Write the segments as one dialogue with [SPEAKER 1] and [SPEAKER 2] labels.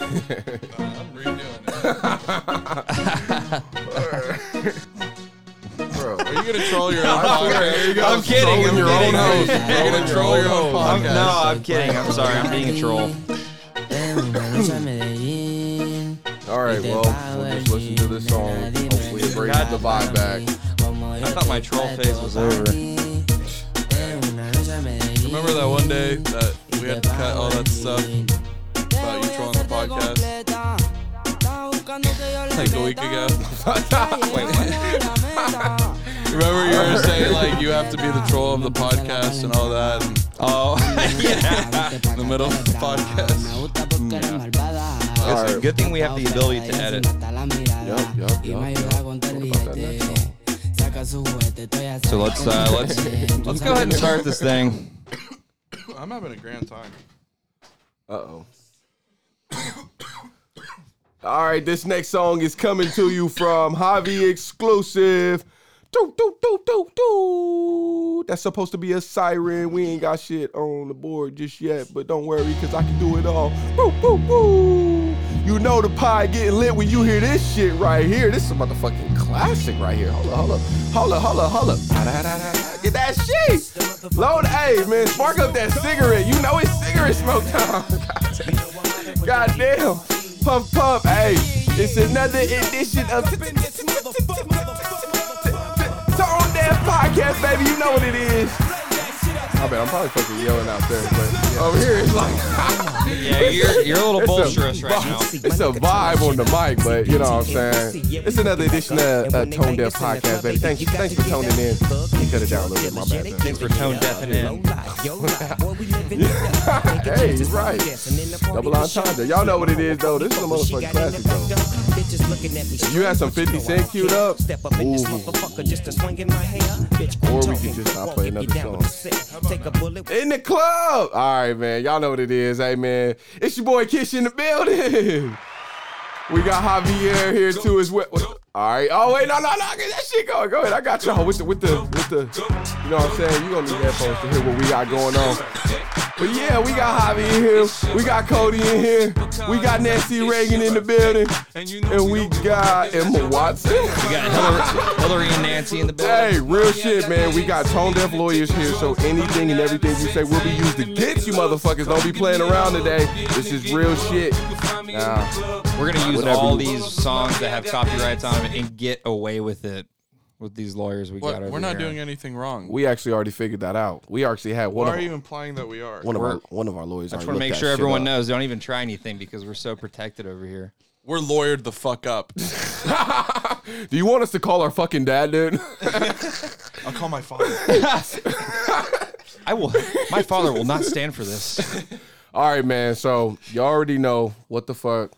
[SPEAKER 1] I'm redoing it.
[SPEAKER 2] bro.
[SPEAKER 1] Are you gonna troll your own podcast?
[SPEAKER 2] I'm
[SPEAKER 3] kidding,
[SPEAKER 2] Trolling
[SPEAKER 3] I'm
[SPEAKER 2] your
[SPEAKER 3] kidding.
[SPEAKER 2] own house.
[SPEAKER 1] You're gonna troll your own
[SPEAKER 3] I'm-
[SPEAKER 1] podcast.
[SPEAKER 3] no, I'm kidding. I'm sorry. I'm being a troll.
[SPEAKER 2] All right, well, we'll just listen to this song. Hopefully, it brings the vibe back.
[SPEAKER 3] I thought my troll phase was over.
[SPEAKER 1] Remember that one day that we had to cut all that stuff about you trolling the podcast? Like a week ago. Remember you were saying like you have to be the troll of the podcast and all that. and-
[SPEAKER 3] Oh, yeah.
[SPEAKER 1] In the middle of the podcast.
[SPEAKER 2] All
[SPEAKER 3] It's a
[SPEAKER 2] right.
[SPEAKER 3] good thing we have the ability to edit.
[SPEAKER 2] Yup, yup, yup, yup. What about that next song?
[SPEAKER 3] So let's uh, let's let's go ahead and start this thing.
[SPEAKER 1] I'm having a grand time.
[SPEAKER 2] Uh oh. All right, this next song is coming to you from Javi Exclusive. Do, do, do, do, do. That's supposed to be a siren. We ain't got shit on the board just yet, but don't worry, because I can do it all. Boo, boo, boo. You know the pie getting lit when you hear this shit right here. This is a motherfucking classic right here. Hold up, hold up, hold up, hold up, hold up. Da-da-da-da-da. Get that shit. Load A, man. Spark up that cigarette. You know it's cigarette smoke time. God damn. Puff puff, hey. It's another edition of Tone Damn Podcast, baby. You know what it is. I bet I'm probably fucking yelling out there, but over here it's like
[SPEAKER 3] Yeah, you're you're a little
[SPEAKER 2] It's a
[SPEAKER 3] bolsterous right now.
[SPEAKER 2] it's a vibe on the mic, but you know what I'm saying. It's another edition of uh, Tone Deaf Podcast, baby. Thanks, thanks for tuning in. You cut it down a little bit, my bad. man.
[SPEAKER 3] Thanks for tone deafing in.
[SPEAKER 2] Hey, right. Double entendre. Y'all know what it is, though. This is a motherfucking classic, though.
[SPEAKER 4] Bitches looking at me.
[SPEAKER 2] If you had some 50 Cent queued up,
[SPEAKER 4] Step up in this
[SPEAKER 2] ooh.
[SPEAKER 4] motherfucker just to swing in my hair. Bitch, quit
[SPEAKER 2] Or we
[SPEAKER 4] talking.
[SPEAKER 2] could just not
[SPEAKER 4] Won't
[SPEAKER 2] play
[SPEAKER 4] get me
[SPEAKER 2] another
[SPEAKER 4] down with the set. Take a bullet.
[SPEAKER 2] in the club. All right, man. Y'all know what it is. Hey, man. It's your boy Kish in the building. We got Javier here too as well. All right. Oh wait, no, no, no. Get that shit going. Go ahead. I got y'all with the with the with the. You know what I'm saying? You gonna need headphones to hear what we got going on. But yeah, we got Javi in here. We got Cody in here. We got Nancy Reagan in the building, and we got Emma Watson.
[SPEAKER 3] We got Hillary, Hillary and Nancy in the building.
[SPEAKER 2] Hey, real shit, man. We got tone deaf lawyers here, so anything and everything you say will be used against you, motherfuckers. Don't be playing around today. This is real shit. Nah,
[SPEAKER 3] We're gonna use
[SPEAKER 2] Whatever
[SPEAKER 3] all
[SPEAKER 2] you-
[SPEAKER 3] these songs that have copyrights on them and get away with it with these lawyers we got
[SPEAKER 1] What?
[SPEAKER 3] over
[SPEAKER 1] We're not
[SPEAKER 3] here.
[SPEAKER 1] doing anything wrong.
[SPEAKER 2] we actually already figured that out. We actually had one
[SPEAKER 1] Why are
[SPEAKER 2] of
[SPEAKER 1] you implying that we are?
[SPEAKER 2] one of our
[SPEAKER 3] We're-
[SPEAKER 2] one of our lawyers.
[SPEAKER 3] I just want to make sure everyone knows. Don't even try anything because we're so protected over here.
[SPEAKER 1] We're lawyered the fuck up.
[SPEAKER 2] Do you want us to call our fucking dad, dude?
[SPEAKER 1] I'll call my father.
[SPEAKER 3] I will. My father will not stand for this.
[SPEAKER 2] All right, man. So you already know what the fuck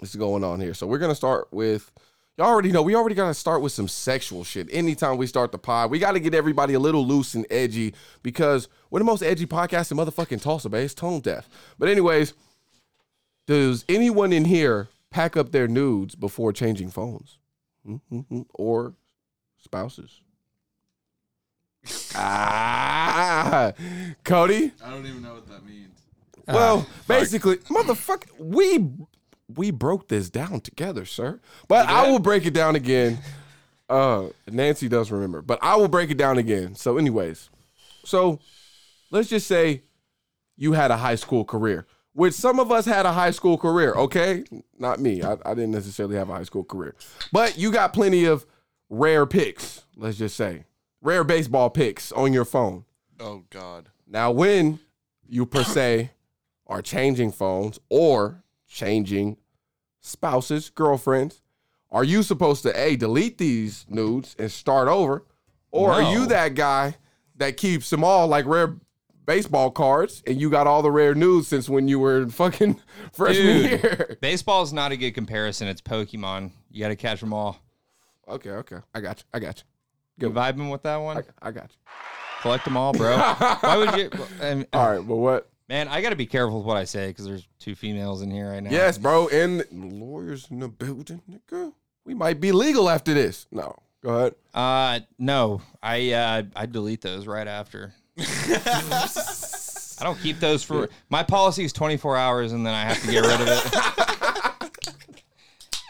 [SPEAKER 2] is going on here. So we're gonna start with y'all already know we already gotta start with some sexual shit. Anytime we start the pod, we gotta get everybody a little loose and edgy because we're the most edgy podcast in motherfucking Tulsa, Bay. It's tone deaf. But anyways, does anyone in here pack up their nudes before changing phones hmm or spouses? ah, Cody.
[SPEAKER 1] I don't even know what that means.
[SPEAKER 2] Well, basically, motherfucker, we we broke this down together, sir. But I will break it down again. Uh, Nancy does remember, but I will break it down again. So, anyways, so let's just say you had a high school career, which some of us had a high school career. Okay, not me. I, I didn't necessarily have a high school career, but you got plenty of rare picks. Let's just say rare baseball picks on your phone.
[SPEAKER 1] Oh God.
[SPEAKER 2] Now, when you per se are changing phones or changing spouses, girlfriends, are you supposed to a delete these nudes and start over, or are you
[SPEAKER 3] No.
[SPEAKER 2] that guy that keeps them all like rare baseball cards and you got all the rare nudes since when you were in fucking freshman
[SPEAKER 3] Dude.
[SPEAKER 2] year?
[SPEAKER 3] Baseball is not a good comparison. It's Pokemon. You got to catch them all.
[SPEAKER 2] okay, okay, I got you. I got
[SPEAKER 3] You vibing with that one?
[SPEAKER 2] you. I, I got you.
[SPEAKER 3] Collect them all, bro. Why would you? And,
[SPEAKER 2] All right, but what?
[SPEAKER 3] man, I got to be careful with what I say because there's two females in here right now.
[SPEAKER 2] Yes, bro. And lawyers in the building, nigga. We might be legal after this. No, go ahead.
[SPEAKER 3] Uh, no, I uh, I delete those right after. I don't keep those for my policy is 24 hours and then I have to get rid of it.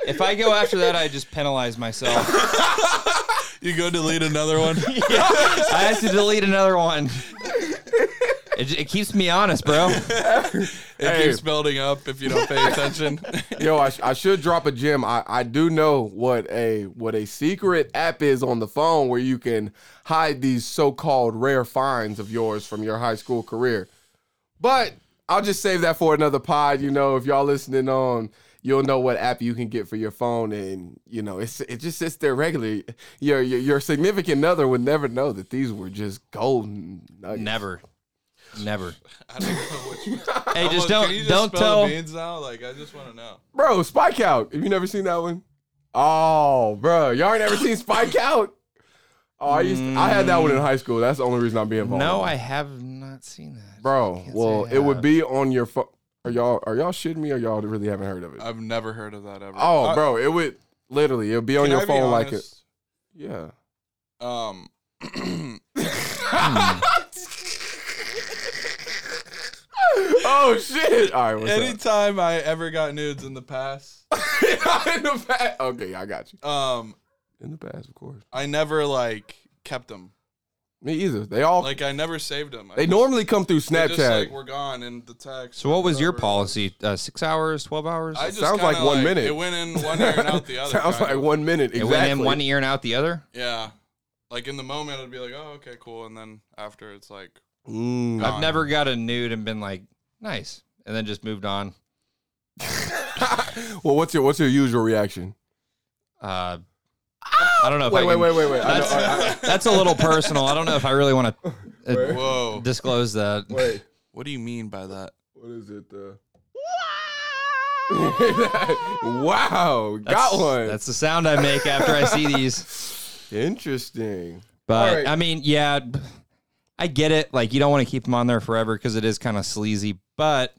[SPEAKER 3] if I go after that, I just penalize myself.
[SPEAKER 1] You go delete another one.
[SPEAKER 3] I have to delete another one. It, j- it keeps me honest, bro.
[SPEAKER 1] It keeps building up if you don't pay attention.
[SPEAKER 2] Yo, I, sh- I should drop a gem. I, I do know what a what a secret app is on the phone where you can hide these so-called rare finds of yours from your high school career. But I'll just save that for another pod. You know, if y'all listening on, you'll know what app you can get for your phone, and you know it's it just sits there regularly. Your your, your significant other would never know that these were just golden. nuggets.
[SPEAKER 3] Never, never.
[SPEAKER 1] I don't know what you.
[SPEAKER 3] Hey, just
[SPEAKER 1] Hold on,
[SPEAKER 3] don't
[SPEAKER 1] can you just
[SPEAKER 3] don't
[SPEAKER 1] spell
[SPEAKER 3] tell.
[SPEAKER 1] the beans now. Like I just want to know.
[SPEAKER 2] Bro, Spike Out. Have you never seen that one? Oh, bro. Y'all ain't never seen Spike Out? Oh, I, used I had that one in high school. That's the only reason I'm being involved.
[SPEAKER 3] No, I have not seen that,
[SPEAKER 2] Bro,
[SPEAKER 3] Can't
[SPEAKER 2] well,
[SPEAKER 3] say I
[SPEAKER 2] it would
[SPEAKER 3] have.
[SPEAKER 2] be on your phone. Are y'all are y'all shitting me or y'all really haven't heard of it?
[SPEAKER 1] I've never heard of that ever.
[SPEAKER 2] oh,
[SPEAKER 1] Uh,
[SPEAKER 2] bro, it would literally it would be on
[SPEAKER 1] can
[SPEAKER 2] your
[SPEAKER 1] I be
[SPEAKER 2] phone like it.
[SPEAKER 1] honest?
[SPEAKER 2] Yeah.
[SPEAKER 1] Um,
[SPEAKER 2] Oh shit. All right, what's up?
[SPEAKER 1] anytime I ever got nudes in the past,
[SPEAKER 2] in the past. Okay, I got you.
[SPEAKER 1] um,
[SPEAKER 2] In the past, of course.
[SPEAKER 1] I never like kept them.
[SPEAKER 2] Me either. They all
[SPEAKER 1] Like I never saved them.
[SPEAKER 2] they normally come through
[SPEAKER 1] Oh. They
[SPEAKER 2] Snapchat.
[SPEAKER 1] Just, like, we're gone in the text.
[SPEAKER 3] So, what was your
[SPEAKER 1] whatever.
[SPEAKER 3] policy? Uh, six hours, twelve hours?
[SPEAKER 1] I just
[SPEAKER 2] Sounds like
[SPEAKER 1] kinda,
[SPEAKER 2] one minute.
[SPEAKER 1] It went in one ear and out the other.
[SPEAKER 2] Sounds
[SPEAKER 1] kinda.
[SPEAKER 2] like one minute.
[SPEAKER 3] it
[SPEAKER 2] Exactly.
[SPEAKER 3] went in one e- ear and out the other.
[SPEAKER 1] Yeah. Like in the moment, I'd be like, "Oh, okay, cool," and then after, it's like,
[SPEAKER 2] Mm.
[SPEAKER 1] Gone.
[SPEAKER 3] I've never got a nude and been like, nice, and then just moved on.
[SPEAKER 2] Well, what's your what's your usual reaction?
[SPEAKER 3] Uh, I don't know. If
[SPEAKER 2] Wait,
[SPEAKER 3] I
[SPEAKER 2] wait,
[SPEAKER 3] can-
[SPEAKER 2] wait, wait, wait. I know,
[SPEAKER 3] That's,
[SPEAKER 2] I, I,
[SPEAKER 3] that's a little personal. I don't know if I really want to
[SPEAKER 1] "Whoa,
[SPEAKER 3] disclose that.
[SPEAKER 2] wait,
[SPEAKER 1] what do you mean by that?"
[SPEAKER 2] what is it? Uh... wow,
[SPEAKER 3] That's-
[SPEAKER 2] got one.
[SPEAKER 3] That's the sound I make after I see these.
[SPEAKER 2] interesting.
[SPEAKER 3] But
[SPEAKER 2] All right.
[SPEAKER 3] I mean, yeah, b- I get it. Like you don't want to keep them on there forever because it is kind of sleazy. But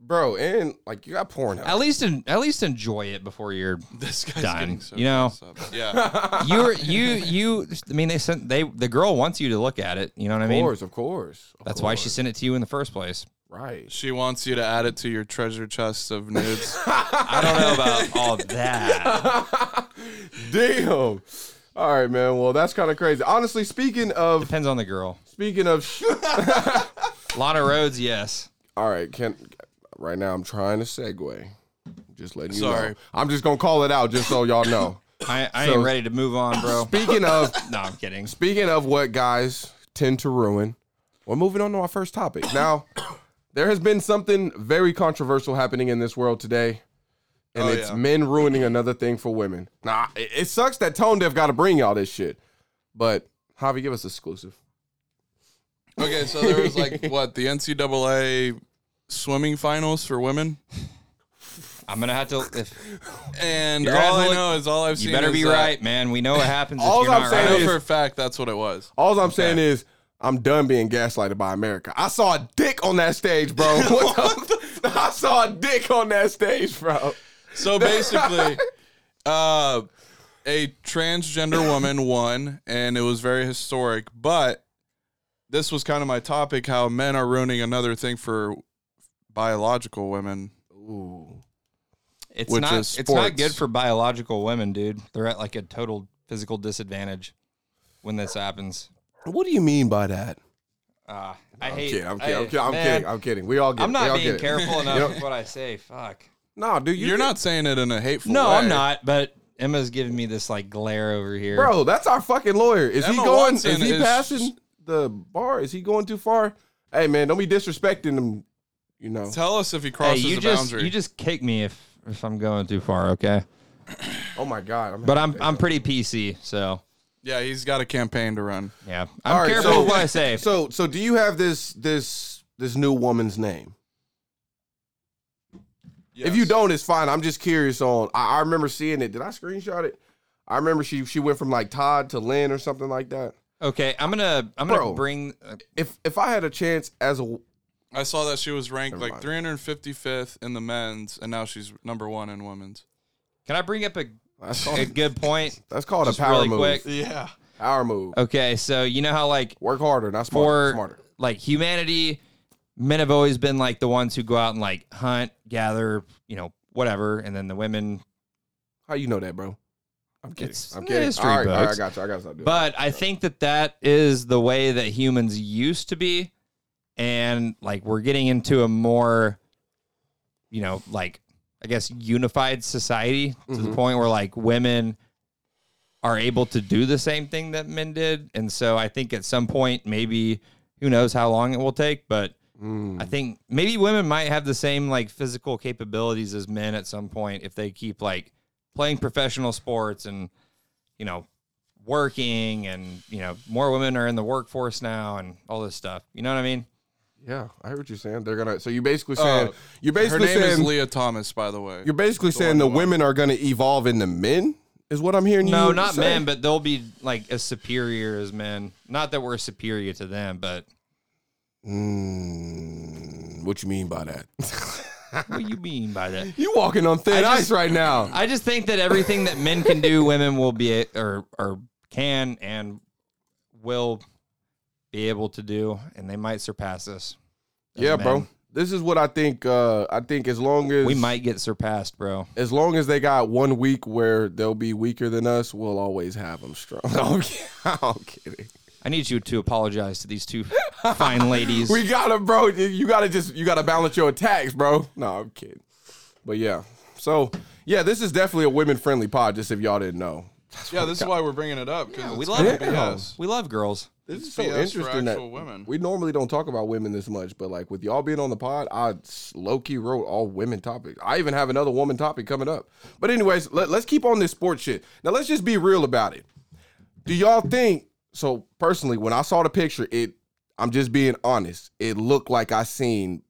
[SPEAKER 2] Bro, and like you got porn.
[SPEAKER 3] at least en- at least enjoy it before you're
[SPEAKER 1] This guy's
[SPEAKER 3] Done.
[SPEAKER 1] getting so
[SPEAKER 3] You know.
[SPEAKER 1] messed up. Yeah.
[SPEAKER 3] you're you you. I mean, they sent they the girl wants you to look at it. You know what I
[SPEAKER 2] Of
[SPEAKER 3] mean?
[SPEAKER 2] course, of course. Of
[SPEAKER 3] That's why she sent it to you in the first place.
[SPEAKER 2] course. Right.
[SPEAKER 1] she wants you to add it to your treasure chest of nudes.
[SPEAKER 3] I don't know about all that.
[SPEAKER 2] Damn. All right, man. Well, that's kind of crazy. Honestly, speaking of
[SPEAKER 3] Depends on the girl.
[SPEAKER 2] speaking of.
[SPEAKER 3] Lana Rhodes, yes.
[SPEAKER 2] All right, can right now I'm trying to segue. Just letting you
[SPEAKER 1] Sorry.
[SPEAKER 2] know. I'm just gonna call it out just so y'all know.
[SPEAKER 3] I, I
[SPEAKER 2] So-
[SPEAKER 3] ain't ready to move on, bro.
[SPEAKER 2] Speaking of
[SPEAKER 3] No, I'm kidding.
[SPEAKER 2] Speaking of what guys tend to ruin, we're moving on to our first topic. Now, there has been something very controversial happening in this world today, and
[SPEAKER 1] Oh,
[SPEAKER 2] it's
[SPEAKER 1] yeah.
[SPEAKER 2] men ruining another thing for women. Nah, it, it sucks that Tone Deaf got to bring y'all this shit, but Javi, give us exclusive.
[SPEAKER 1] Okay, so there was like what the NCAA swimming finals for women,
[SPEAKER 3] I'm gonna have to. If,
[SPEAKER 1] and
[SPEAKER 3] You're
[SPEAKER 1] all
[SPEAKER 3] gonna
[SPEAKER 1] I
[SPEAKER 3] look-
[SPEAKER 1] know is all I've seen.
[SPEAKER 3] you better
[SPEAKER 1] is
[SPEAKER 3] be
[SPEAKER 1] that-
[SPEAKER 3] right, man. We know what happens.
[SPEAKER 2] All
[SPEAKER 3] if you're
[SPEAKER 2] I'm
[SPEAKER 1] I
[SPEAKER 3] not
[SPEAKER 2] saying
[SPEAKER 1] know
[SPEAKER 3] right.
[SPEAKER 2] is-
[SPEAKER 1] for a fact that's what it was.
[SPEAKER 2] All I'm saying is, I'm done being gaslighted by America. I saw a dick on that stage, bro. What the- I saw a dick on that stage, bro.
[SPEAKER 1] So basically, uh, a transgender woman won, and it was very historic. But this was kind of my topic: how men are ruining another thing for biological women.
[SPEAKER 3] it's
[SPEAKER 1] which
[SPEAKER 3] not.
[SPEAKER 1] is
[SPEAKER 3] it's not
[SPEAKER 1] sports.
[SPEAKER 3] good for biological women, dude. They're at like a total physical disadvantage when this happens.
[SPEAKER 2] What do you mean by that?
[SPEAKER 3] Uh, I
[SPEAKER 2] I'm
[SPEAKER 3] hate.
[SPEAKER 2] kidding. I'm
[SPEAKER 3] I-
[SPEAKER 2] kidding. I'm kidding. I'm
[SPEAKER 3] man,
[SPEAKER 2] kidding. I'm kidding. We all get.
[SPEAKER 3] I'm
[SPEAKER 2] it. We
[SPEAKER 3] not
[SPEAKER 2] all
[SPEAKER 3] being
[SPEAKER 2] get it.
[SPEAKER 3] careful enough with what I say. Fuck.
[SPEAKER 2] No, dude, you
[SPEAKER 1] You're
[SPEAKER 2] get-
[SPEAKER 1] not saying it in a hateful
[SPEAKER 3] No,
[SPEAKER 1] way.
[SPEAKER 3] I'm not. But Emma's giving me this like glare over here.
[SPEAKER 2] bro. That's our fucking lawyer. Is he
[SPEAKER 1] Emma
[SPEAKER 2] going? is
[SPEAKER 1] Watson
[SPEAKER 2] he
[SPEAKER 1] is-
[SPEAKER 2] passing the bar? Is he going too far? Hey, man, don't be disrespecting him. You know,
[SPEAKER 1] Tell us if he
[SPEAKER 3] Hey,
[SPEAKER 1] crosses
[SPEAKER 3] you
[SPEAKER 1] the
[SPEAKER 3] just
[SPEAKER 1] boundary.
[SPEAKER 3] you just kick me if if I'm going too far. Okay.
[SPEAKER 2] oh my god.
[SPEAKER 3] But I'm I'm pretty PC, so
[SPEAKER 1] yeah, he's got a campaign to run.
[SPEAKER 3] yeah. I'm
[SPEAKER 2] All right,
[SPEAKER 3] careful
[SPEAKER 2] so-
[SPEAKER 3] with what I say.
[SPEAKER 2] so so. Do you have this this this new woman's name? If you
[SPEAKER 1] Yes.
[SPEAKER 2] don't, it's fine. I'm just curious on. I, I remember seeing it. Did I screenshot it? I remember she she went from like Todd to Lynn or something like that.
[SPEAKER 3] okay, I'm gonna I'm gonna
[SPEAKER 2] Bro.
[SPEAKER 3] bring. Uh,
[SPEAKER 2] If if I had a chance as a
[SPEAKER 1] I saw that she was ranked
[SPEAKER 2] Never
[SPEAKER 1] like 355th in the men's, and now she's number one in women's.
[SPEAKER 3] can I bring up a
[SPEAKER 2] that's
[SPEAKER 3] a
[SPEAKER 2] called,
[SPEAKER 3] good point?
[SPEAKER 2] that's called
[SPEAKER 3] Just
[SPEAKER 2] a power
[SPEAKER 3] really
[SPEAKER 2] move.
[SPEAKER 3] quick.
[SPEAKER 1] Yeah.
[SPEAKER 2] Power move.
[SPEAKER 3] Okay, so you know how like
[SPEAKER 2] Work harder, not smarter.
[SPEAKER 3] Uh, for
[SPEAKER 2] smarter.
[SPEAKER 3] like humanity men have always been like the ones who go out and like hunt, gather, you know, whatever, and then the women.
[SPEAKER 2] How you know that, bro? I'm kidding.
[SPEAKER 3] It's
[SPEAKER 2] I'm kidding.
[SPEAKER 3] history
[SPEAKER 2] all right, all right, I
[SPEAKER 3] books.
[SPEAKER 2] got you. I got to stop doing.
[SPEAKER 3] But I think that that is the way that humans used to be, and like we're getting into a more, you know, like I guess unified society to the point where like women are able to do the same thing that men did, and so I think at some point maybe who knows how long it will take, but
[SPEAKER 2] that. Mm.
[SPEAKER 3] I think maybe women might have the same like physical capabilities as men at some point if they keep like playing professional sports and you know working and you know more women are in the workforce now and all this stuff. You know what I mean?
[SPEAKER 2] Yeah, I heard you saying they're gonna. So you basically saying
[SPEAKER 1] Uh,
[SPEAKER 2] you're
[SPEAKER 1] Her
[SPEAKER 2] basically
[SPEAKER 1] name is
[SPEAKER 2] saying
[SPEAKER 1] Leah Thomas, by the way.
[SPEAKER 2] you're basically
[SPEAKER 1] one
[SPEAKER 2] saying the
[SPEAKER 1] who I-
[SPEAKER 2] women are gonna evolve into men is what I'm hearing you.
[SPEAKER 3] No, not
[SPEAKER 2] say?
[SPEAKER 3] men, but they'll be like as superior as men. Not that we're superior to them, but
[SPEAKER 2] Mm, what you mean by that?
[SPEAKER 3] what do you mean by that?
[SPEAKER 2] you walking on thin
[SPEAKER 3] I
[SPEAKER 2] ice
[SPEAKER 3] just-
[SPEAKER 2] right now.
[SPEAKER 3] I just think that everything that men can do, women will be a- or or can and will be able to do, and they might surpass us. as
[SPEAKER 2] yeah,
[SPEAKER 3] men.
[SPEAKER 2] bro. This is what I think. Uh, I think as long as
[SPEAKER 3] We might get surpassed, bro.
[SPEAKER 2] as long as they got one week where they'll be weaker than us, we'll always have them strong. I'm kid- I'm kidding.
[SPEAKER 3] I need you to apologize to these two fine ladies.
[SPEAKER 2] We gotta, bro. You gotta just you gotta balance your attacks, bro. No, I'm kidding. But yeah, so yeah, this is definitely a women friendly pod. Just if y'all didn't know,
[SPEAKER 1] yeah, this is why we're bringing it up. 'cause
[SPEAKER 3] Yeah,
[SPEAKER 1] it's
[SPEAKER 3] we love
[SPEAKER 1] kinda
[SPEAKER 3] it. We love girls.
[SPEAKER 2] this
[SPEAKER 1] It's
[SPEAKER 2] is so
[SPEAKER 1] BS for
[SPEAKER 2] interesting that
[SPEAKER 1] actual women.
[SPEAKER 2] we normally don't talk about women this much. But like with y'all being on the pod, I low key wrote all women topics. I even have another woman topic coming up. But anyways, let, let's keep on this sports shit. Now let's just be real about it. Do y'all think? So personally, when I saw the picture, it I'm just being honest. It looked like I seen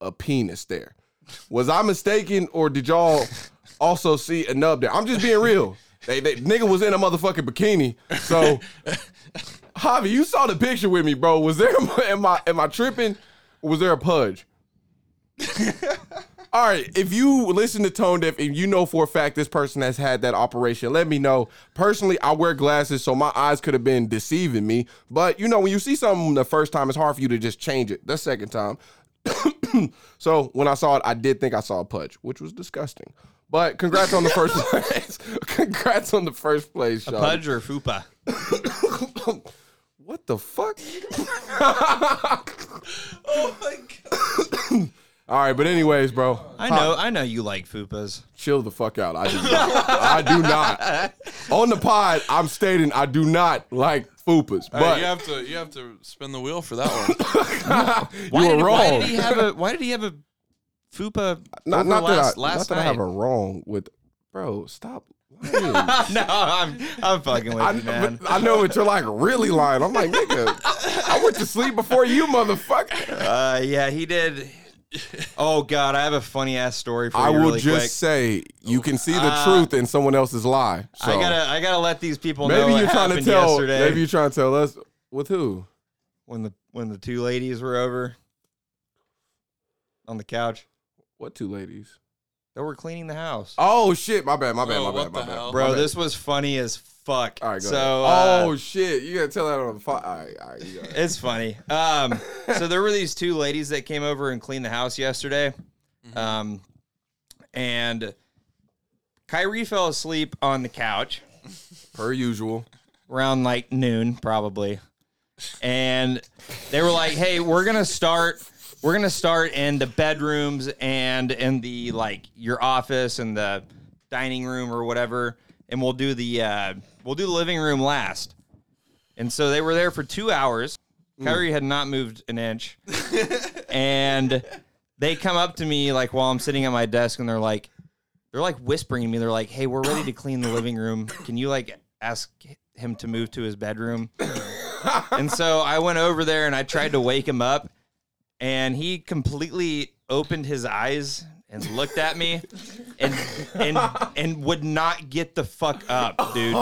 [SPEAKER 2] a penis there. Was I mistaken, or did y'all also see a nub there? I'm just being real. They, they nigga was in a motherfucking bikini. So, Javi, you saw the picture with me, bro. Was there? Am I am I tripping? Or was there a pudge? All right. If you listen to Tone Deaf and you know for a fact this person has had that operation, let me know. Personally, I wear glasses, so my eyes could have been deceiving me. But you know, when you see something the first time, it's hard for you to just change it. The second time, so when I saw it, I did think I saw a pudge, which was disgusting. But congrats on the first place. congrats on the first place, y'all.
[SPEAKER 3] Pudge or fupa?
[SPEAKER 2] What the fuck?
[SPEAKER 3] Oh
[SPEAKER 2] All right, but anyways, bro,
[SPEAKER 3] I know. I know you like fupas.
[SPEAKER 2] chill the fuck out. I do not. I do not. On the pod, I'm stating I do not like fupas,
[SPEAKER 1] Hey,
[SPEAKER 2] but
[SPEAKER 1] you have to you have to spin the wheel for that one.
[SPEAKER 2] you were
[SPEAKER 3] did, Why
[SPEAKER 2] wrong.
[SPEAKER 3] did he have a? Why did he have a fupa?
[SPEAKER 2] not,
[SPEAKER 3] over
[SPEAKER 2] not
[SPEAKER 3] last,
[SPEAKER 2] that I,
[SPEAKER 3] last
[SPEAKER 2] not that I
[SPEAKER 3] night?
[SPEAKER 2] have a wrong with, bro. Stop. lying.
[SPEAKER 3] no, I'm I'm fucking with
[SPEAKER 2] I,
[SPEAKER 3] you, man.
[SPEAKER 2] but I know what you're like really lying. I'm like, nigga, I went to sleep before you, motherfucker.
[SPEAKER 3] Uh, yeah, he did. Oh God, I have a funny ass story for you.
[SPEAKER 2] I will
[SPEAKER 3] really
[SPEAKER 2] just
[SPEAKER 3] quick.
[SPEAKER 2] say you can see the
[SPEAKER 3] Ah.
[SPEAKER 2] truth in someone else's lie. So
[SPEAKER 3] I gotta, I gotta let these people know.
[SPEAKER 2] maybe
[SPEAKER 3] what
[SPEAKER 2] you're trying to
[SPEAKER 3] happened
[SPEAKER 2] tell.
[SPEAKER 3] Yesterday
[SPEAKER 2] Maybe you're trying to tell us with who.
[SPEAKER 3] when the when the two ladies were over on the couch,
[SPEAKER 2] What two ladies?
[SPEAKER 3] they were cleaning the house.
[SPEAKER 2] Oh shit! My bad. My bad.
[SPEAKER 1] Oh,
[SPEAKER 2] my bad.
[SPEAKER 1] what
[SPEAKER 2] My
[SPEAKER 1] the
[SPEAKER 2] bad.
[SPEAKER 1] hell?
[SPEAKER 2] My
[SPEAKER 3] Bro,
[SPEAKER 2] bad.
[SPEAKER 3] this was funny as fuck.
[SPEAKER 2] All right. Go
[SPEAKER 3] so
[SPEAKER 2] ahead.
[SPEAKER 3] uh,
[SPEAKER 2] oh shit! You gotta tell that on the fire. All right. All right. You got it.
[SPEAKER 3] It's funny. Um, so there were these two ladies that came over and cleaned the house yesterday, um, and Kyrie fell asleep on the couch.
[SPEAKER 2] Per usual.
[SPEAKER 3] around like noon probably and they were like hey we're gonna start we're gonna start in the bedrooms and in the like your office and the dining room or whatever and we'll do the uh, we'll do the living room last and so they were there for two hours Kyrie had not moved an inch and they come up to me like while I'm sitting at my desk and they're like they're like whispering to me they're like hey we're ready to clean the living room can you like ask him to move to his bedroom and so I went over there and I tried to wake him up and he completely opened his eyes and looked at me and and and would not get the fuck up dude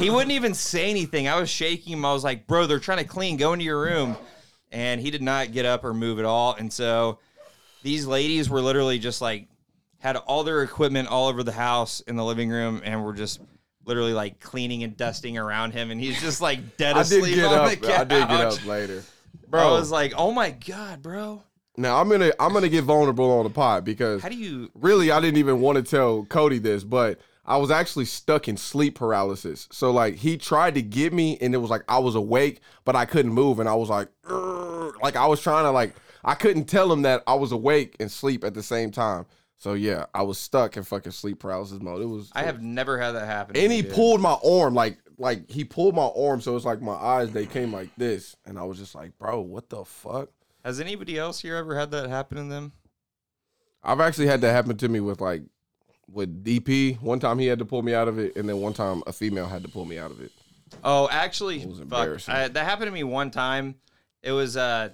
[SPEAKER 3] he wouldn't even say anything I was shaking him I was like bro they're trying to clean go into your room and he did not get up or move at all and so these ladies were literally just like had all their equipment all over the house in the living room and were just literally like cleaning and dusting around him and he's just like dead
[SPEAKER 2] I
[SPEAKER 3] asleep
[SPEAKER 2] did get
[SPEAKER 3] on
[SPEAKER 2] up.
[SPEAKER 3] the
[SPEAKER 2] I
[SPEAKER 3] couch.
[SPEAKER 2] did get up later.
[SPEAKER 3] I
[SPEAKER 2] Bro.
[SPEAKER 3] was like, oh my god, bro.
[SPEAKER 2] Now I'm gonna I'm gonna get vulnerable on the pod because
[SPEAKER 3] How do you?
[SPEAKER 2] really I didn't even want to tell Cody this, but I was actually stuck in sleep paralysis. So like he tried to get me and it was like I was awake, but I couldn't move and I was like "Urgh." like I was trying to like I couldn't tell him that I was awake and sleep at the same time. So yeah, I was stuck in fucking sleep paralysis mode. It was
[SPEAKER 3] I have never had that happen. to
[SPEAKER 2] and
[SPEAKER 3] me,
[SPEAKER 2] he
[SPEAKER 3] dude.
[SPEAKER 2] pulled my arm like like he pulled my arm so it's like my eyes they came like this and I was just like, "Bro, what the fuck?"
[SPEAKER 3] Has anybody else here ever had that happen to them?
[SPEAKER 2] I've actually had that happen to me with like with DP. One time he had to pull me out of it, and then one time a female had to pull me out of it.
[SPEAKER 3] Oh, actually,
[SPEAKER 2] was
[SPEAKER 3] fuck.
[SPEAKER 2] embarrassing.
[SPEAKER 3] I, that happened to me one time. It was uh,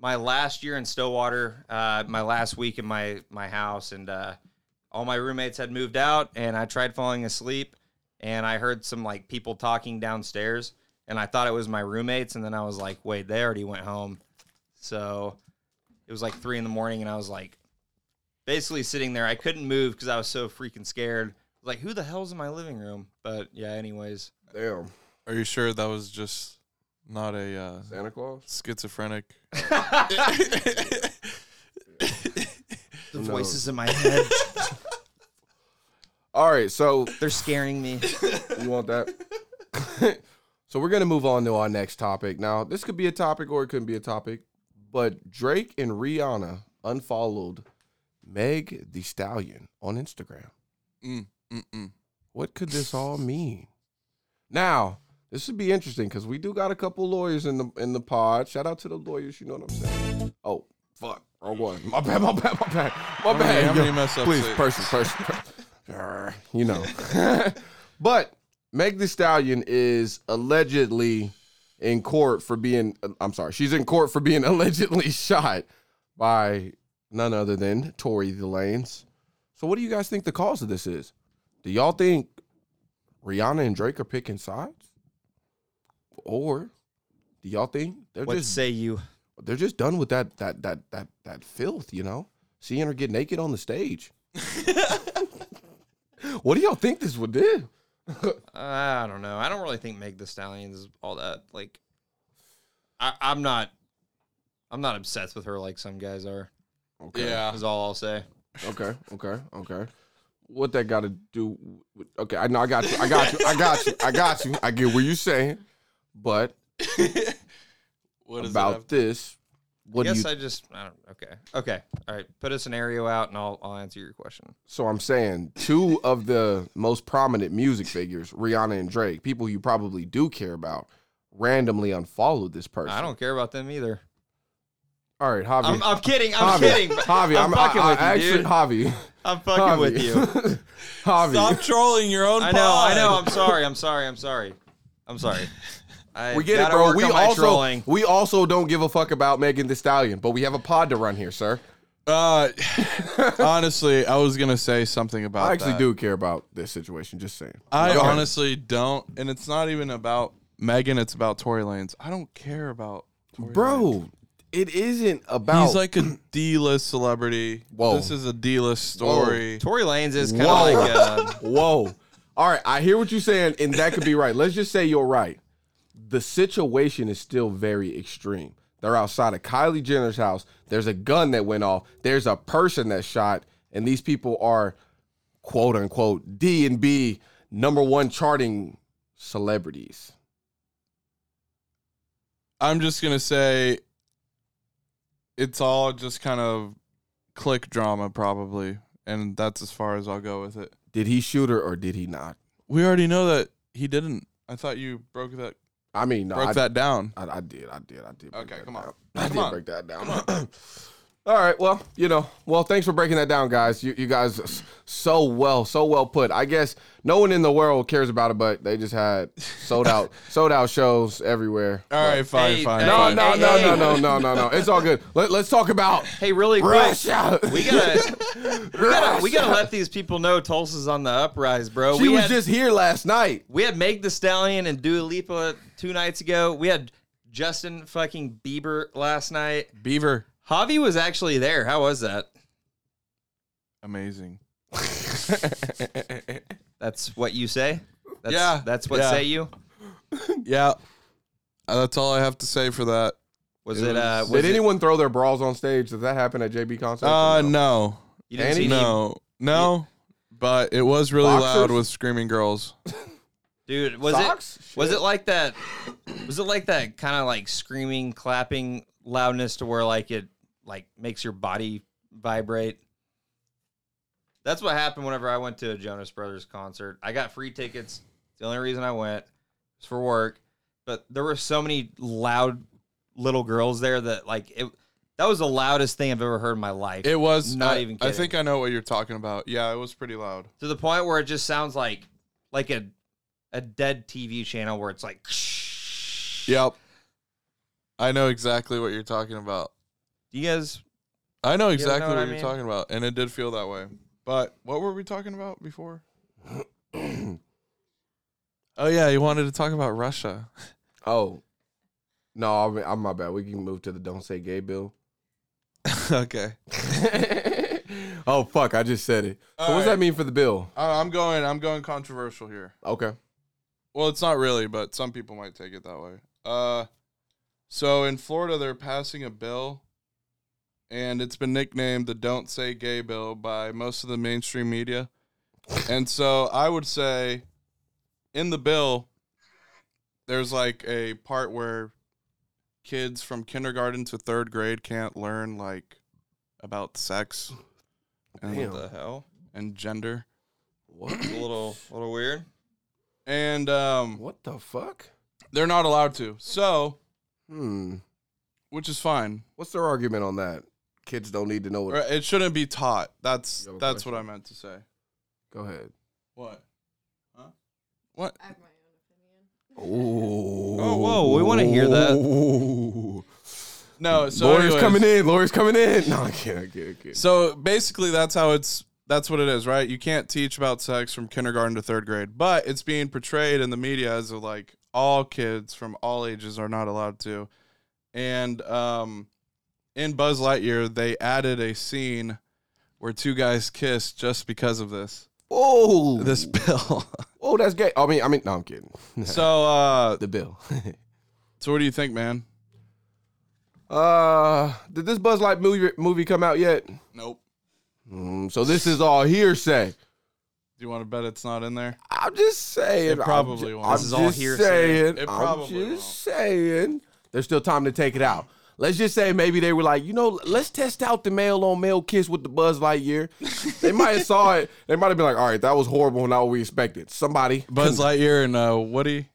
[SPEAKER 3] my last year in Stillwater, uh, my last week in my my house, and uh, all my roommates had moved out, and I tried falling asleep, and I heard some like people talking downstairs, and I thought it was my roommates, and then I was like, wait, they already went home, so it was like three in the morning, and I was like, basically sitting there, I couldn't move because I was so freaking scared. Like, who the hell's in my living room? But yeah, anyways.
[SPEAKER 2] Damn,
[SPEAKER 1] Are you sure that was just not a uh,
[SPEAKER 2] Santa Claus.
[SPEAKER 1] schizophrenic?
[SPEAKER 3] The
[SPEAKER 2] No.
[SPEAKER 3] voices in my head.
[SPEAKER 2] All right, so
[SPEAKER 3] They're scaring me.
[SPEAKER 2] you want that? so we're gonna move on to our next topic. Now this could be a topic or it couldn't be a topic, but Drake and Rihanna unfollowed Meg the Stallion on Instagram.
[SPEAKER 1] Mm, mm, mm.
[SPEAKER 2] What could this all mean? Now, this would be interesting because we do got a couple lawyers in the in the pod. Shout out to the lawyers, you know what I'm saying? Oh, fuck, wrong one. My bad, my bad, my bad, my
[SPEAKER 1] How many-
[SPEAKER 2] bad.
[SPEAKER 1] how many
[SPEAKER 2] Yo,
[SPEAKER 1] mess ups
[SPEAKER 2] Please,
[SPEAKER 1] it-
[SPEAKER 2] person, person, person. you know. but Meg The Stallion is allegedly in court for being. I'm sorry, she's in court for being allegedly shot by none other than Tory the Lanes. So, what do you guys think the cause of this is? Do y'all think Rihanna and Drake are picking sides, or do y'all think they're
[SPEAKER 3] What
[SPEAKER 2] just
[SPEAKER 3] say you?
[SPEAKER 2] they're just done with that that that that that filth? You know, seeing her get naked on the stage. what do y'all think this would do?
[SPEAKER 3] Uh, I don't know. I don't really think Meg the Stallion is all that. Like, I, I'm not. I'm not obsessed with her like some guys are.
[SPEAKER 2] Okay.
[SPEAKER 1] Yeah.
[SPEAKER 3] Is all I'll say.
[SPEAKER 2] Okay. Okay. Okay. What that got to do? with- Okay. I know. I got you. I got you. I got you. I got you. I get what you're saying, but
[SPEAKER 1] What is
[SPEAKER 2] about this, what do
[SPEAKER 3] Yes,
[SPEAKER 2] you?
[SPEAKER 3] I just. I don't. Okay. Okay. All right. Put a scenario out, and I'll I'll answer your question.
[SPEAKER 2] so I'm saying two of the most prominent music figures, Rihanna and Drake, people you probably do care about, randomly unfollowed this person.
[SPEAKER 3] I don't care about them either.
[SPEAKER 2] All right, Javi.
[SPEAKER 3] I'm, I'm kidding. I'm
[SPEAKER 2] Javi,
[SPEAKER 3] kidding.
[SPEAKER 2] Javi, I'm,
[SPEAKER 3] I'm fucking
[SPEAKER 2] I, I
[SPEAKER 3] with you,
[SPEAKER 2] actually,
[SPEAKER 3] dude.
[SPEAKER 2] Javi.
[SPEAKER 3] I'm fucking
[SPEAKER 2] Javi.
[SPEAKER 3] with you.
[SPEAKER 2] Javi.
[SPEAKER 1] Stop trolling your own.
[SPEAKER 3] I know. I
[SPEAKER 1] pod.
[SPEAKER 3] know. I'm sorry. I'm sorry. I'm sorry. I'm sorry. I
[SPEAKER 2] We get it,
[SPEAKER 3] gotta
[SPEAKER 2] bro.
[SPEAKER 3] work
[SPEAKER 2] We
[SPEAKER 3] on my
[SPEAKER 2] also
[SPEAKER 3] trolling.
[SPEAKER 2] we also don't give a fuck about Megan the Stallion, but we have a pod to run here, sir.
[SPEAKER 1] Uh, honestly, I was gonna say something about.
[SPEAKER 2] I actually
[SPEAKER 1] that.
[SPEAKER 2] do care about this situation. Just saying.
[SPEAKER 1] I
[SPEAKER 2] Go ahead.
[SPEAKER 1] honestly don't, and it's not even about Megan. It's about Tory Lanez. I don't care about Tory Lanez.
[SPEAKER 2] bro, it isn't about.
[SPEAKER 1] He's like a D-list celebrity.
[SPEAKER 2] Whoa.
[SPEAKER 1] This is a D-list story.
[SPEAKER 3] Tory Lanez is kind of
[SPEAKER 2] Whoa.
[SPEAKER 3] like uh,
[SPEAKER 2] whoa. All right, I hear what you're saying, and that could be right. Let's just say you're right. The situation is still very extreme. They're outside of Kylie Jenner's house. There's a gun that went off. There's a person that's shot, and these people are quote unquote D and B number one charting celebrities.
[SPEAKER 1] I'm just gonna say, it's all just kind of click drama, probably, and that's as far as I'll go with it.
[SPEAKER 2] Did he shoot her or did he not?
[SPEAKER 1] We already know that he didn't. I thought you broke that
[SPEAKER 2] I mean, no,
[SPEAKER 1] broke
[SPEAKER 2] I,
[SPEAKER 1] that down.
[SPEAKER 2] I, I did, I did, I did. break
[SPEAKER 1] Okay,
[SPEAKER 2] that
[SPEAKER 1] come on.
[SPEAKER 2] down. I
[SPEAKER 1] Come
[SPEAKER 2] did
[SPEAKER 1] on.
[SPEAKER 2] break that down. All right, well, you know, well, thanks for breaking that down, guys. You, you guys s- so well, so well put. I guess no one in the world cares about it, but they just had sold out, sold out shows everywhere.
[SPEAKER 1] All right, fine,
[SPEAKER 3] Hey,
[SPEAKER 1] fine.
[SPEAKER 3] hey,
[SPEAKER 2] No,
[SPEAKER 1] fine.
[SPEAKER 2] no,
[SPEAKER 3] hey,
[SPEAKER 2] no,
[SPEAKER 3] hey.
[SPEAKER 2] no, no, no, no, no. It's all good. Let, let's talk about
[SPEAKER 3] hey, really quick.
[SPEAKER 2] Russia.
[SPEAKER 3] We gotta, we gotta, we gotta let these people know Tulsa's on the uprise, bro.
[SPEAKER 2] She
[SPEAKER 3] we
[SPEAKER 2] was
[SPEAKER 3] had,
[SPEAKER 2] just here last night.
[SPEAKER 3] we had Meg the Stallion and Dua Lipa two nights ago. We had Justin fucking Bieber last night.
[SPEAKER 1] Beaver,
[SPEAKER 3] Javi was actually there. How was that?
[SPEAKER 1] amazing.
[SPEAKER 3] That's what you say. That's,
[SPEAKER 1] Yeah,
[SPEAKER 3] that's what
[SPEAKER 1] yeah.
[SPEAKER 3] say you.
[SPEAKER 1] Yeah, Uh, that's all I have to say for that.
[SPEAKER 3] Was it, uh? Was
[SPEAKER 2] Did anyone throw their bras on stage? Did that happen at JB concert?
[SPEAKER 1] Uh, no,
[SPEAKER 3] It, you didn't
[SPEAKER 2] Annie?
[SPEAKER 3] see any-
[SPEAKER 1] no, no. But it was really
[SPEAKER 2] Boxers?
[SPEAKER 1] loud with screaming girls.
[SPEAKER 3] dude. Was
[SPEAKER 2] Socks?
[SPEAKER 3] it? Was it like that? Was it like that kind of like screaming, clapping loudness to where like it like makes your body vibrate? That's what happened whenever I went to a Jonas Brothers concert. I got free tickets. It's the only reason I went. It's for work, but there were so many loud little girls there that like it. That was the loudest thing I've ever heard in my life.
[SPEAKER 1] It was
[SPEAKER 3] Not
[SPEAKER 1] I-
[SPEAKER 3] even
[SPEAKER 1] I
[SPEAKER 3] kidding.
[SPEAKER 1] think I know what you're talking about. Yeah, it was pretty loud.
[SPEAKER 3] to the point where it just sounds like like a a dead TV channel where it's like
[SPEAKER 1] Yep. I know exactly what you're talking about.
[SPEAKER 3] Do you guys
[SPEAKER 1] I know
[SPEAKER 3] know
[SPEAKER 1] exactly
[SPEAKER 3] what
[SPEAKER 1] what,
[SPEAKER 3] I
[SPEAKER 1] you're
[SPEAKER 3] mean?
[SPEAKER 1] talking about, and it did feel that way. But what were we talking about before? oh yeah, you wanted to talk about Russia.
[SPEAKER 2] oh, no, I'm, I'm my bad. We can move to the don't say gay bill.
[SPEAKER 1] okay,
[SPEAKER 2] oh fuck! I just said it. So what
[SPEAKER 1] All
[SPEAKER 2] does that
[SPEAKER 1] right.
[SPEAKER 2] mean for the bill?
[SPEAKER 1] I- I'm going. I'm going controversial here.
[SPEAKER 2] Okay.
[SPEAKER 1] Well, it's not really, but some people might take it that way. Uh, so in Florida, they're passing a bill, and it's been nicknamed the "Don't Say Gay" bill by most of the mainstream media. and so I would say, in the bill, there's like a part where kids from kindergarten to third grade can't learn like about sex and
[SPEAKER 2] Damn.
[SPEAKER 1] what the hell and gender
[SPEAKER 2] What?
[SPEAKER 3] a little little weird?
[SPEAKER 1] and um,
[SPEAKER 2] What the fuck?
[SPEAKER 1] they're not allowed to. So.
[SPEAKER 2] Hmm.
[SPEAKER 1] which is fine.
[SPEAKER 2] What's their argument on that? Kids don't need to know what.
[SPEAKER 1] Or It shouldn't be taught. That's
[SPEAKER 2] You have a
[SPEAKER 1] that's what I
[SPEAKER 2] question?
[SPEAKER 1] meant to say.
[SPEAKER 2] Go ahead.
[SPEAKER 1] What? Huh? What?
[SPEAKER 5] I have my own opinion.
[SPEAKER 2] Ooh.
[SPEAKER 3] Oh, whoa, we wanna hear that.
[SPEAKER 2] Ooh.
[SPEAKER 1] No. So
[SPEAKER 2] lawyer's
[SPEAKER 1] anyways,
[SPEAKER 2] coming in. Lawyer's coming in. No, I can't. I can't. I can't.
[SPEAKER 1] So basically, that's how it's. That's what it is, right? You can't teach about sex from kindergarten to third grade, but it's being portrayed in the media as of like all kids from all ages are not allowed to. And um, in Buzz Lightyear, they added a scene where two guys kiss just because of this
[SPEAKER 2] Oh,
[SPEAKER 1] this bill.
[SPEAKER 2] oh, that's gay. I mean, I mean, no, I'm kidding.
[SPEAKER 1] so uh,
[SPEAKER 2] the bill.
[SPEAKER 1] so what do you think, man?
[SPEAKER 2] uh, did this Buzz Light movie movie come out yet?
[SPEAKER 1] Nope.
[SPEAKER 2] Mm, so this is all hearsay.
[SPEAKER 1] Do you want to bet it's not in there?
[SPEAKER 2] I'm just saying.
[SPEAKER 1] It probably
[SPEAKER 2] I'm, ju-
[SPEAKER 1] won't.
[SPEAKER 2] I'm
[SPEAKER 1] This
[SPEAKER 3] is
[SPEAKER 2] just
[SPEAKER 3] all hearsay.
[SPEAKER 2] Saying,
[SPEAKER 1] It
[SPEAKER 2] I'm
[SPEAKER 1] probably
[SPEAKER 2] just
[SPEAKER 1] won't.
[SPEAKER 2] saying. There's still time to take it out. Let's just say maybe they were like, you know, let's test out the male on male kiss with the Buzz Lightyear. they might have saw it. They might have been like, all right, that was horrible, not what we expected. Somebody,
[SPEAKER 1] Buzz Lightyear and uh, Woody.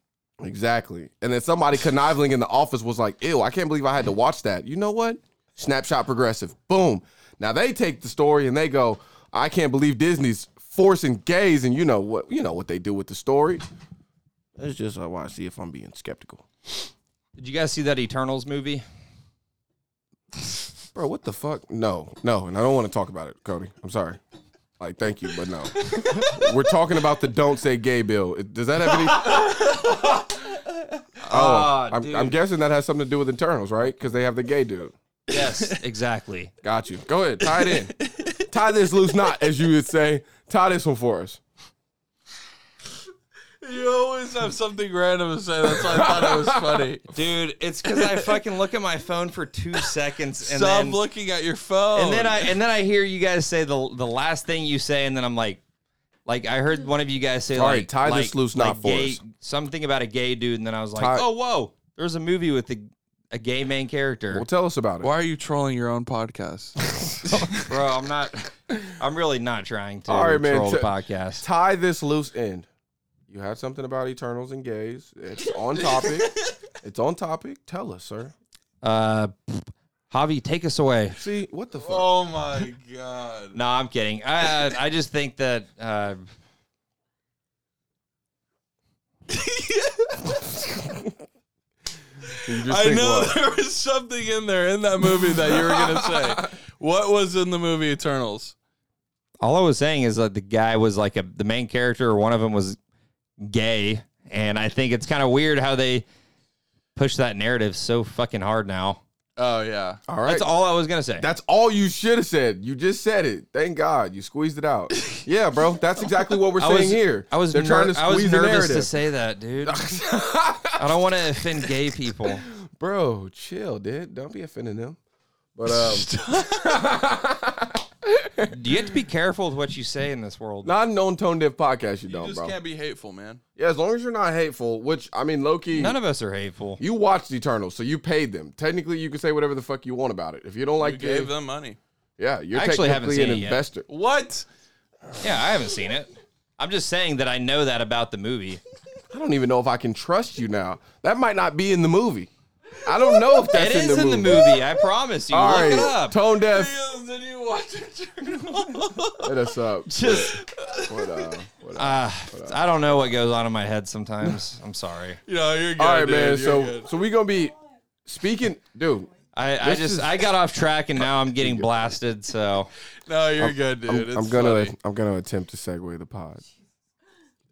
[SPEAKER 2] exactly. And then somebody conniving in the office was like, ew, I can't believe I had to watch that. You know what? Snapshot progressive. Boom. Now they take the story and they go, I can't believe Disney's forcing gays, and you know what? You know what they do with the story. That's just how I see if I'm being skeptical.
[SPEAKER 3] Did you guys see that Eternals movie?
[SPEAKER 2] Bro, what the fuck? No, no, and I don't want to talk about it, Cody. I'm sorry. Like, thank you, but no. We're talking about the don't say gay bill. It- Does that have any? oh,
[SPEAKER 3] Ah,
[SPEAKER 2] I'm, I'm
[SPEAKER 3] dude.
[SPEAKER 2] guessing that has something to do with internals, right? Because they have the gay dude.
[SPEAKER 3] Yes, exactly.
[SPEAKER 2] Got you. Go ahead, tie it in. tie this loose knot, as you would say. Tie this one for us.
[SPEAKER 1] You always have something random to say. That's why I thought it was funny.
[SPEAKER 3] Dude, it's cuz I fucking look at my phone for 2 seconds and
[SPEAKER 1] Stop
[SPEAKER 3] then
[SPEAKER 1] looking at your phone.
[SPEAKER 3] and then I and then I hear you guys say the the last thing you say and then I'm like like I heard one of you guys say
[SPEAKER 2] All
[SPEAKER 3] like
[SPEAKER 2] right, tie
[SPEAKER 3] like,
[SPEAKER 2] this loose
[SPEAKER 3] like
[SPEAKER 2] knot for
[SPEAKER 3] gay-
[SPEAKER 2] us.
[SPEAKER 3] something about a gay dude and then I was like,
[SPEAKER 2] Tie-
[SPEAKER 3] "Oh, whoa. There's a movie with a, a gay main character."
[SPEAKER 2] Well, tell us about it.
[SPEAKER 1] Why are you trolling your own podcast?
[SPEAKER 3] Bro, I'm not. I'm really not trying to
[SPEAKER 2] All right, man,
[SPEAKER 3] troll the
[SPEAKER 2] t-
[SPEAKER 3] podcast.
[SPEAKER 2] Tie this loose end. You had something about Eternals and gays. It's on topic. it's on topic. Tell us, sir.
[SPEAKER 3] Uh, Javi, take us away.
[SPEAKER 2] See what the fuck?
[SPEAKER 1] oh my god.
[SPEAKER 3] No, I'm kidding. I I just think that. Uh,
[SPEAKER 2] You just
[SPEAKER 1] I
[SPEAKER 2] think
[SPEAKER 1] know
[SPEAKER 2] what?
[SPEAKER 1] there was something in there in that movie that you were gonna say. What was in the movie Eternals?
[SPEAKER 3] all I was saying is that the guy was like a the main character, or one of them was gay, and I think it's kind of weird how they push that narrative so fucking hard now.
[SPEAKER 1] Oh yeah.
[SPEAKER 2] All right.
[SPEAKER 3] That's all I was gonna say.
[SPEAKER 2] That's all you should have said. You just said it. Thank God you squeezed it out. yeah, bro. That's exactly what we're
[SPEAKER 3] I
[SPEAKER 2] saying
[SPEAKER 3] was
[SPEAKER 2] here.
[SPEAKER 3] I was
[SPEAKER 2] They're
[SPEAKER 3] ner-
[SPEAKER 2] trying to
[SPEAKER 3] I was
[SPEAKER 2] squeeze the
[SPEAKER 3] nervous
[SPEAKER 2] narrative.
[SPEAKER 3] to say that, dude. I don't want to offend gay people.
[SPEAKER 2] Bro, chill, dude. Don't be offending them. But um,
[SPEAKER 3] You have to be careful with what you say in this world.
[SPEAKER 2] not an on tone deaf podcast. You,
[SPEAKER 1] You
[SPEAKER 2] don't,
[SPEAKER 1] just
[SPEAKER 2] bro.
[SPEAKER 1] can't be hateful, man.
[SPEAKER 2] Yeah, as long as you're not hateful. Which I mean, Loki.
[SPEAKER 3] None of us are hateful.
[SPEAKER 2] you watched Eternal, so you paid them. Technically, you can say whatever the fuck you want about it. If you don't like
[SPEAKER 1] You
[SPEAKER 2] it,
[SPEAKER 1] gave them money.
[SPEAKER 2] yeah, you're
[SPEAKER 3] I actually haven't
[SPEAKER 2] technically an
[SPEAKER 3] seen it yet.
[SPEAKER 2] investor.
[SPEAKER 1] What?
[SPEAKER 3] Yeah, I haven't seen it. I'm just saying that I know that about the movie.
[SPEAKER 2] I don't even know if I can trust you now. That might not be in the movie. I don't know if that's
[SPEAKER 3] it
[SPEAKER 2] in,
[SPEAKER 3] is
[SPEAKER 2] the,
[SPEAKER 3] in
[SPEAKER 2] movie.
[SPEAKER 3] the movie. I promise you.
[SPEAKER 2] All
[SPEAKER 3] Look
[SPEAKER 2] right,
[SPEAKER 3] it up.
[SPEAKER 2] tone deaf.
[SPEAKER 1] Did you watch it?
[SPEAKER 2] Hit us up.
[SPEAKER 3] Just
[SPEAKER 2] What, uh, what, uh,
[SPEAKER 3] uh, I don't know what goes on in my head sometimes. I'm sorry.
[SPEAKER 1] You know, you're good.
[SPEAKER 2] all right,
[SPEAKER 1] dude.
[SPEAKER 2] man.
[SPEAKER 1] You're
[SPEAKER 2] So,
[SPEAKER 1] good.
[SPEAKER 2] so we gonna be speaking, dude.
[SPEAKER 3] I, I
[SPEAKER 2] This
[SPEAKER 3] just
[SPEAKER 2] is-
[SPEAKER 3] I got off track and now I'm getting blasted. So
[SPEAKER 1] no, you're good, dude.
[SPEAKER 2] I'm,
[SPEAKER 1] it's
[SPEAKER 2] I'm gonna,
[SPEAKER 1] funny.
[SPEAKER 2] I'm gonna attempt to segue the pod.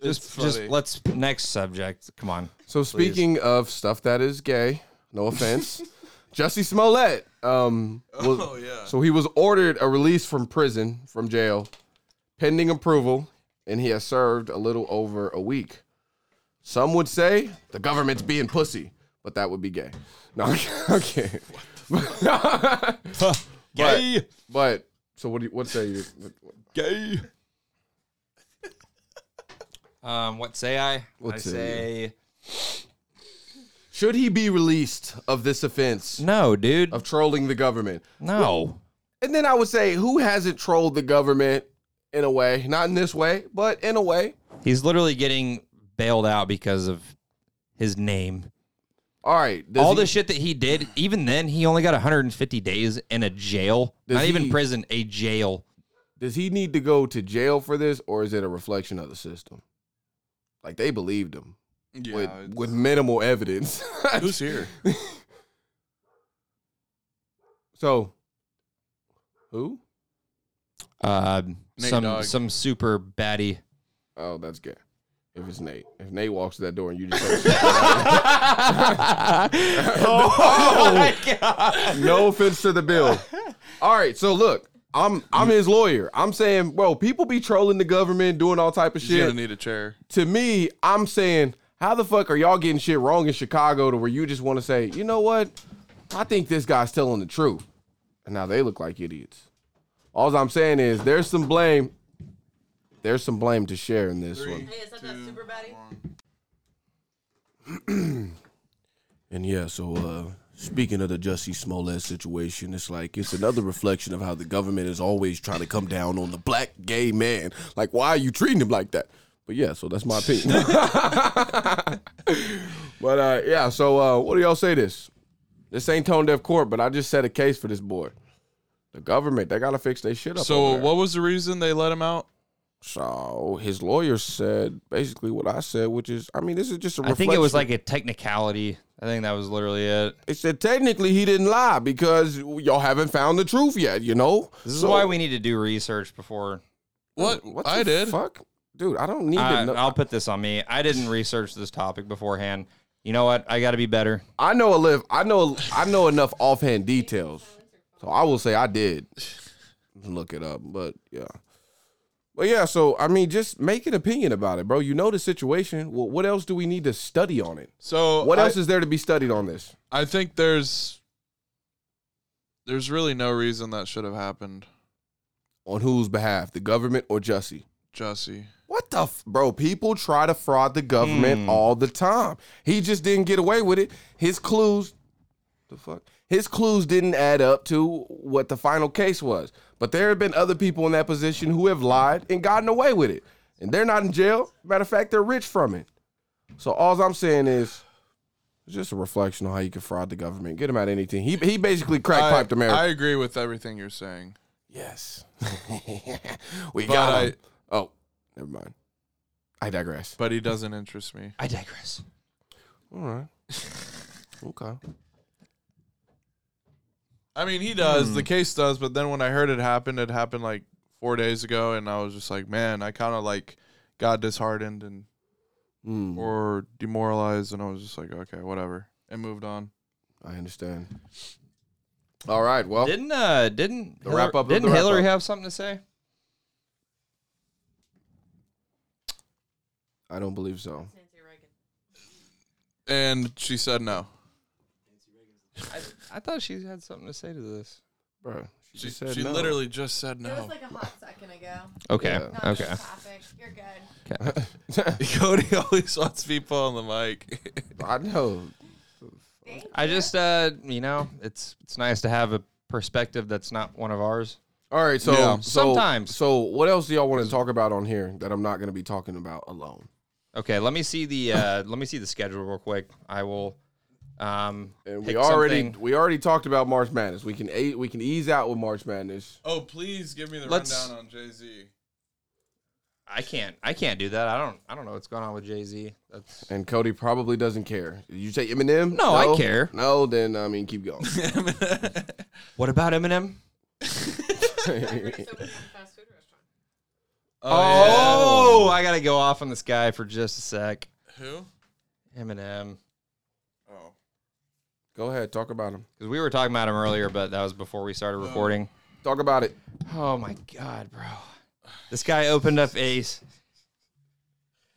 [SPEAKER 1] It's
[SPEAKER 3] just just
[SPEAKER 1] funny.
[SPEAKER 3] let's next subject. Come on.
[SPEAKER 2] So speaking of stuff that is gay, no offense, Jesse Smollett. Um, was-
[SPEAKER 1] Oh, yeah.
[SPEAKER 2] So he was ordered a release from prison from jail, pending approval, and he has served a little over a week. Some would say the government's being pussy, but that would be gay. No, okay.
[SPEAKER 1] gay,
[SPEAKER 2] But so what? Do you, what say you? What,
[SPEAKER 1] gay.
[SPEAKER 3] Um, what say I?
[SPEAKER 2] What
[SPEAKER 3] I
[SPEAKER 2] say
[SPEAKER 3] say
[SPEAKER 2] should he be released of this offense
[SPEAKER 3] no, dude.
[SPEAKER 2] of trolling the government?
[SPEAKER 3] No.
[SPEAKER 2] And then I would say, who hasn't trolled the government in a way? Not in this way, but in a way.
[SPEAKER 3] He's literally getting bailed out because of his name.
[SPEAKER 2] All right. does
[SPEAKER 3] All
[SPEAKER 2] he-
[SPEAKER 3] the shit that he did, even then, he only got 150 days in a jail.
[SPEAKER 2] Does
[SPEAKER 3] Not
[SPEAKER 2] he-
[SPEAKER 3] even prison, a jail.
[SPEAKER 2] does he need to go to jail for this, or is it a reflection of the system? Like they believed him
[SPEAKER 1] Yeah,
[SPEAKER 2] with
[SPEAKER 1] it's-
[SPEAKER 2] with minimal evidence.
[SPEAKER 1] who's here?
[SPEAKER 2] so, who?
[SPEAKER 3] Um,
[SPEAKER 1] Nate
[SPEAKER 3] some
[SPEAKER 1] Dogg.
[SPEAKER 3] some super baddie.
[SPEAKER 2] Oh, that's gay. If it's Nate, if Nate walks to that door and you just
[SPEAKER 3] oh my god!
[SPEAKER 2] no offense to the bill. All right, so look, I'm I'm his lawyer. I'm saying, bro, people be trolling the government, doing all type of
[SPEAKER 1] He's
[SPEAKER 2] shit.
[SPEAKER 1] gonna need a chair.
[SPEAKER 2] to me, I'm saying, how the fuck are y'all getting shit wrong in Chicago to where you just want to say, you know what? I think this guy's telling the truth. And now they look like idiots. All I'm saying is there's some blame. There's some blame to share in this one.
[SPEAKER 5] Hey, is that that super baddie?
[SPEAKER 2] And yeah, so uh speaking of the Jussie Smollett situation, it's like it's another reflection of how the government is always trying to come down on the black gay man. Like, why are you treating him like that? But yeah, so that's my opinion. but uh yeah, so uh what do y'all say this? This ain't tone deaf court, but I just set a case for this boy. The government, they gotta fix their shit up. over
[SPEAKER 1] So,
[SPEAKER 2] there.
[SPEAKER 1] what was the reason they let him out?
[SPEAKER 2] So his lawyer said basically what I said, which is, I mean, this is just a
[SPEAKER 3] I
[SPEAKER 2] reflection.
[SPEAKER 3] think it was like a technicality. I think that was literally it.
[SPEAKER 2] It said technically he didn't lie because y'all haven't found the truth yet, you know?
[SPEAKER 3] This is why we need to do research before.
[SPEAKER 1] What?
[SPEAKER 2] What
[SPEAKER 1] I
[SPEAKER 2] the
[SPEAKER 1] did.
[SPEAKER 2] Fuck? Dude, I don't need
[SPEAKER 3] I,
[SPEAKER 2] to know.
[SPEAKER 3] I'll put this on me. I didn't research this topic beforehand. You know what? I got to be better.
[SPEAKER 2] I know a live I know I know enough offhand details. So I will say I did look it up, but yeah. But yeah, so I mean just make an opinion about it, bro. You know the situation. Well, what else do we need to study on it?
[SPEAKER 1] So,
[SPEAKER 2] What
[SPEAKER 1] I-
[SPEAKER 2] else is there to be studied on this?
[SPEAKER 1] I think there's there's really no reason that should have happened,
[SPEAKER 2] On whose behalf? The government or Jussie?
[SPEAKER 1] Jesse.
[SPEAKER 2] What the f- bro? People try to fraud the government all the time. He just didn't get away with it. His clues, the fuck, his clues didn't add up to what the final case was. But there have been other people in that position who have lied and gotten away with it, and they're not in jail. Matter of fact, they're rich from it. So all I'm saying is, it's just a reflection on how you can fraud the government. Get him out of anything. He he basically crack
[SPEAKER 1] I,
[SPEAKER 2] piped America.
[SPEAKER 1] I agree with everything you're saying.
[SPEAKER 2] yes, we
[SPEAKER 1] But
[SPEAKER 2] got
[SPEAKER 1] I-
[SPEAKER 2] him. oh, never mind. I digress.
[SPEAKER 1] But he doesn't interest me.
[SPEAKER 3] I digress.
[SPEAKER 2] All right. Okay.
[SPEAKER 1] I mean, he does.
[SPEAKER 2] Hmm.
[SPEAKER 1] The case does. But then when I heard it happened, it happened like four days ago, and I was just like, man, I kind of like got disheartened and
[SPEAKER 2] Hmm.
[SPEAKER 1] or demoralized, and I was just like, okay, whatever, and moved on.
[SPEAKER 2] I understand. All right. Well,
[SPEAKER 3] Didn't uh didn't
[SPEAKER 2] Oh. The
[SPEAKER 3] Hillary,
[SPEAKER 2] wrap up of
[SPEAKER 3] didn't
[SPEAKER 2] the wrap
[SPEAKER 3] Hillary
[SPEAKER 2] up.
[SPEAKER 3] have something to say?
[SPEAKER 2] I don't believe so.
[SPEAKER 5] Nancy Reagan.
[SPEAKER 1] And she said no.
[SPEAKER 3] I thought she had something to say to this.
[SPEAKER 2] bro. She,
[SPEAKER 1] She,
[SPEAKER 2] just said
[SPEAKER 1] she
[SPEAKER 2] no.
[SPEAKER 1] literally just said
[SPEAKER 5] It was
[SPEAKER 1] no.
[SPEAKER 5] like a hot second ago.
[SPEAKER 3] Okay.
[SPEAKER 5] Not
[SPEAKER 3] Okay.
[SPEAKER 5] the topic. You're good.
[SPEAKER 1] Cody always wants people on the mic.
[SPEAKER 2] I know.
[SPEAKER 5] Thank
[SPEAKER 3] I just uh, you know, it's it's nice to have a perspective that's not one of ours.
[SPEAKER 2] All right, so,
[SPEAKER 1] Yeah.
[SPEAKER 2] so
[SPEAKER 3] Sometimes.
[SPEAKER 2] So what else do y'all want to talk about on here that I'm not going to be talking about alone?
[SPEAKER 3] Okay, let me see the uh, let me see the schedule real quick. I will. Um,
[SPEAKER 2] And we
[SPEAKER 3] pick
[SPEAKER 2] already
[SPEAKER 3] something.
[SPEAKER 2] we already talked about March Madness. We can a- we can ease out with March Madness.
[SPEAKER 1] oh, please give me the
[SPEAKER 3] Let's-
[SPEAKER 1] rundown on Jay Z.
[SPEAKER 3] I can't. I can't do that. I don't. I don't know what's going on with Jay Z. That's.
[SPEAKER 2] And Cody probably doesn't care. Did you say Eminem?
[SPEAKER 3] No, I care.
[SPEAKER 2] No, then I mean keep going.
[SPEAKER 3] What about Eminem?
[SPEAKER 5] you. Just opened some fast food restaurant.
[SPEAKER 3] Oh, I gotta go off on this guy for just a sec.
[SPEAKER 1] Who?
[SPEAKER 3] Eminem,
[SPEAKER 1] Oh.
[SPEAKER 2] Go ahead, talk about him.
[SPEAKER 3] because we were talking about him earlier, but that was before we started recording.
[SPEAKER 2] Talk about it.
[SPEAKER 3] Oh my god, bro! This guy opened up Ace.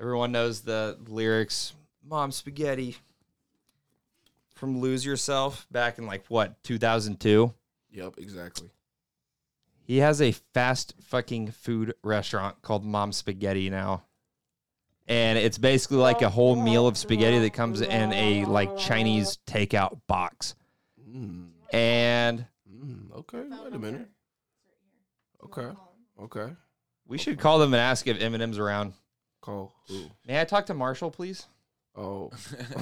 [SPEAKER 3] Everyone knows the lyrics, "Mom Spaghetti," from "Lose Yourself" back in like what 2002.
[SPEAKER 2] Yep, exactly.
[SPEAKER 3] He has a fast fucking food restaurant called Mom Spaghetti now. And it's basically like a whole meal of spaghetti that comes in a like Chinese takeout box.
[SPEAKER 2] Mm,
[SPEAKER 3] And
[SPEAKER 2] mm, okay,
[SPEAKER 5] Phone
[SPEAKER 2] wait a minute.
[SPEAKER 5] number. It's right here.
[SPEAKER 2] Okay,
[SPEAKER 5] You wanna call him?
[SPEAKER 2] okay.
[SPEAKER 3] we should call them and ask if M&M's around.
[SPEAKER 2] Call who?
[SPEAKER 3] May I talk to Marshall, please?
[SPEAKER 2] Oh,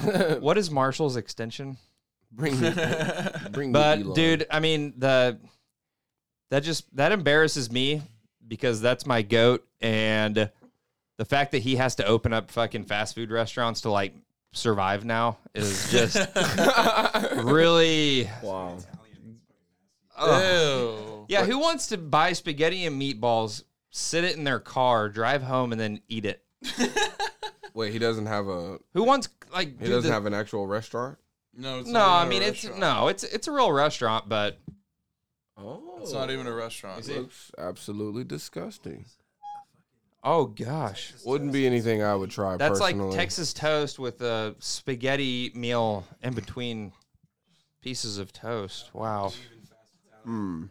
[SPEAKER 3] What is Marshall's extension?
[SPEAKER 2] bring me, bring me.
[SPEAKER 3] But
[SPEAKER 2] Elon.
[SPEAKER 3] dude, I mean the that just that embarrasses me because that's my goat and the fact that he has to open up fucking fast food restaurants to like survive now is just really
[SPEAKER 2] wow.
[SPEAKER 1] Ew.
[SPEAKER 3] yeah who wants to buy spaghetti and meatballs sit it in their car drive home and then eat it
[SPEAKER 2] Wait, he doesn't have a
[SPEAKER 3] who wants like
[SPEAKER 2] he
[SPEAKER 3] dude,
[SPEAKER 2] doesn't
[SPEAKER 3] the-
[SPEAKER 2] have an actual restaurant.
[SPEAKER 1] No, it's
[SPEAKER 3] no
[SPEAKER 1] not
[SPEAKER 3] i
[SPEAKER 1] even a
[SPEAKER 3] mean it's
[SPEAKER 1] restaurant.
[SPEAKER 3] no it's it's a real restaurant but
[SPEAKER 2] Oh,
[SPEAKER 1] It's not even a restaurant.
[SPEAKER 2] Looks absolutely disgusting.
[SPEAKER 3] oh gosh
[SPEAKER 2] Wouldn't be anything I would try.
[SPEAKER 3] that's
[SPEAKER 2] personally.
[SPEAKER 3] like texas toast with a spaghetti meal in between pieces of toast wow
[SPEAKER 2] Hmm.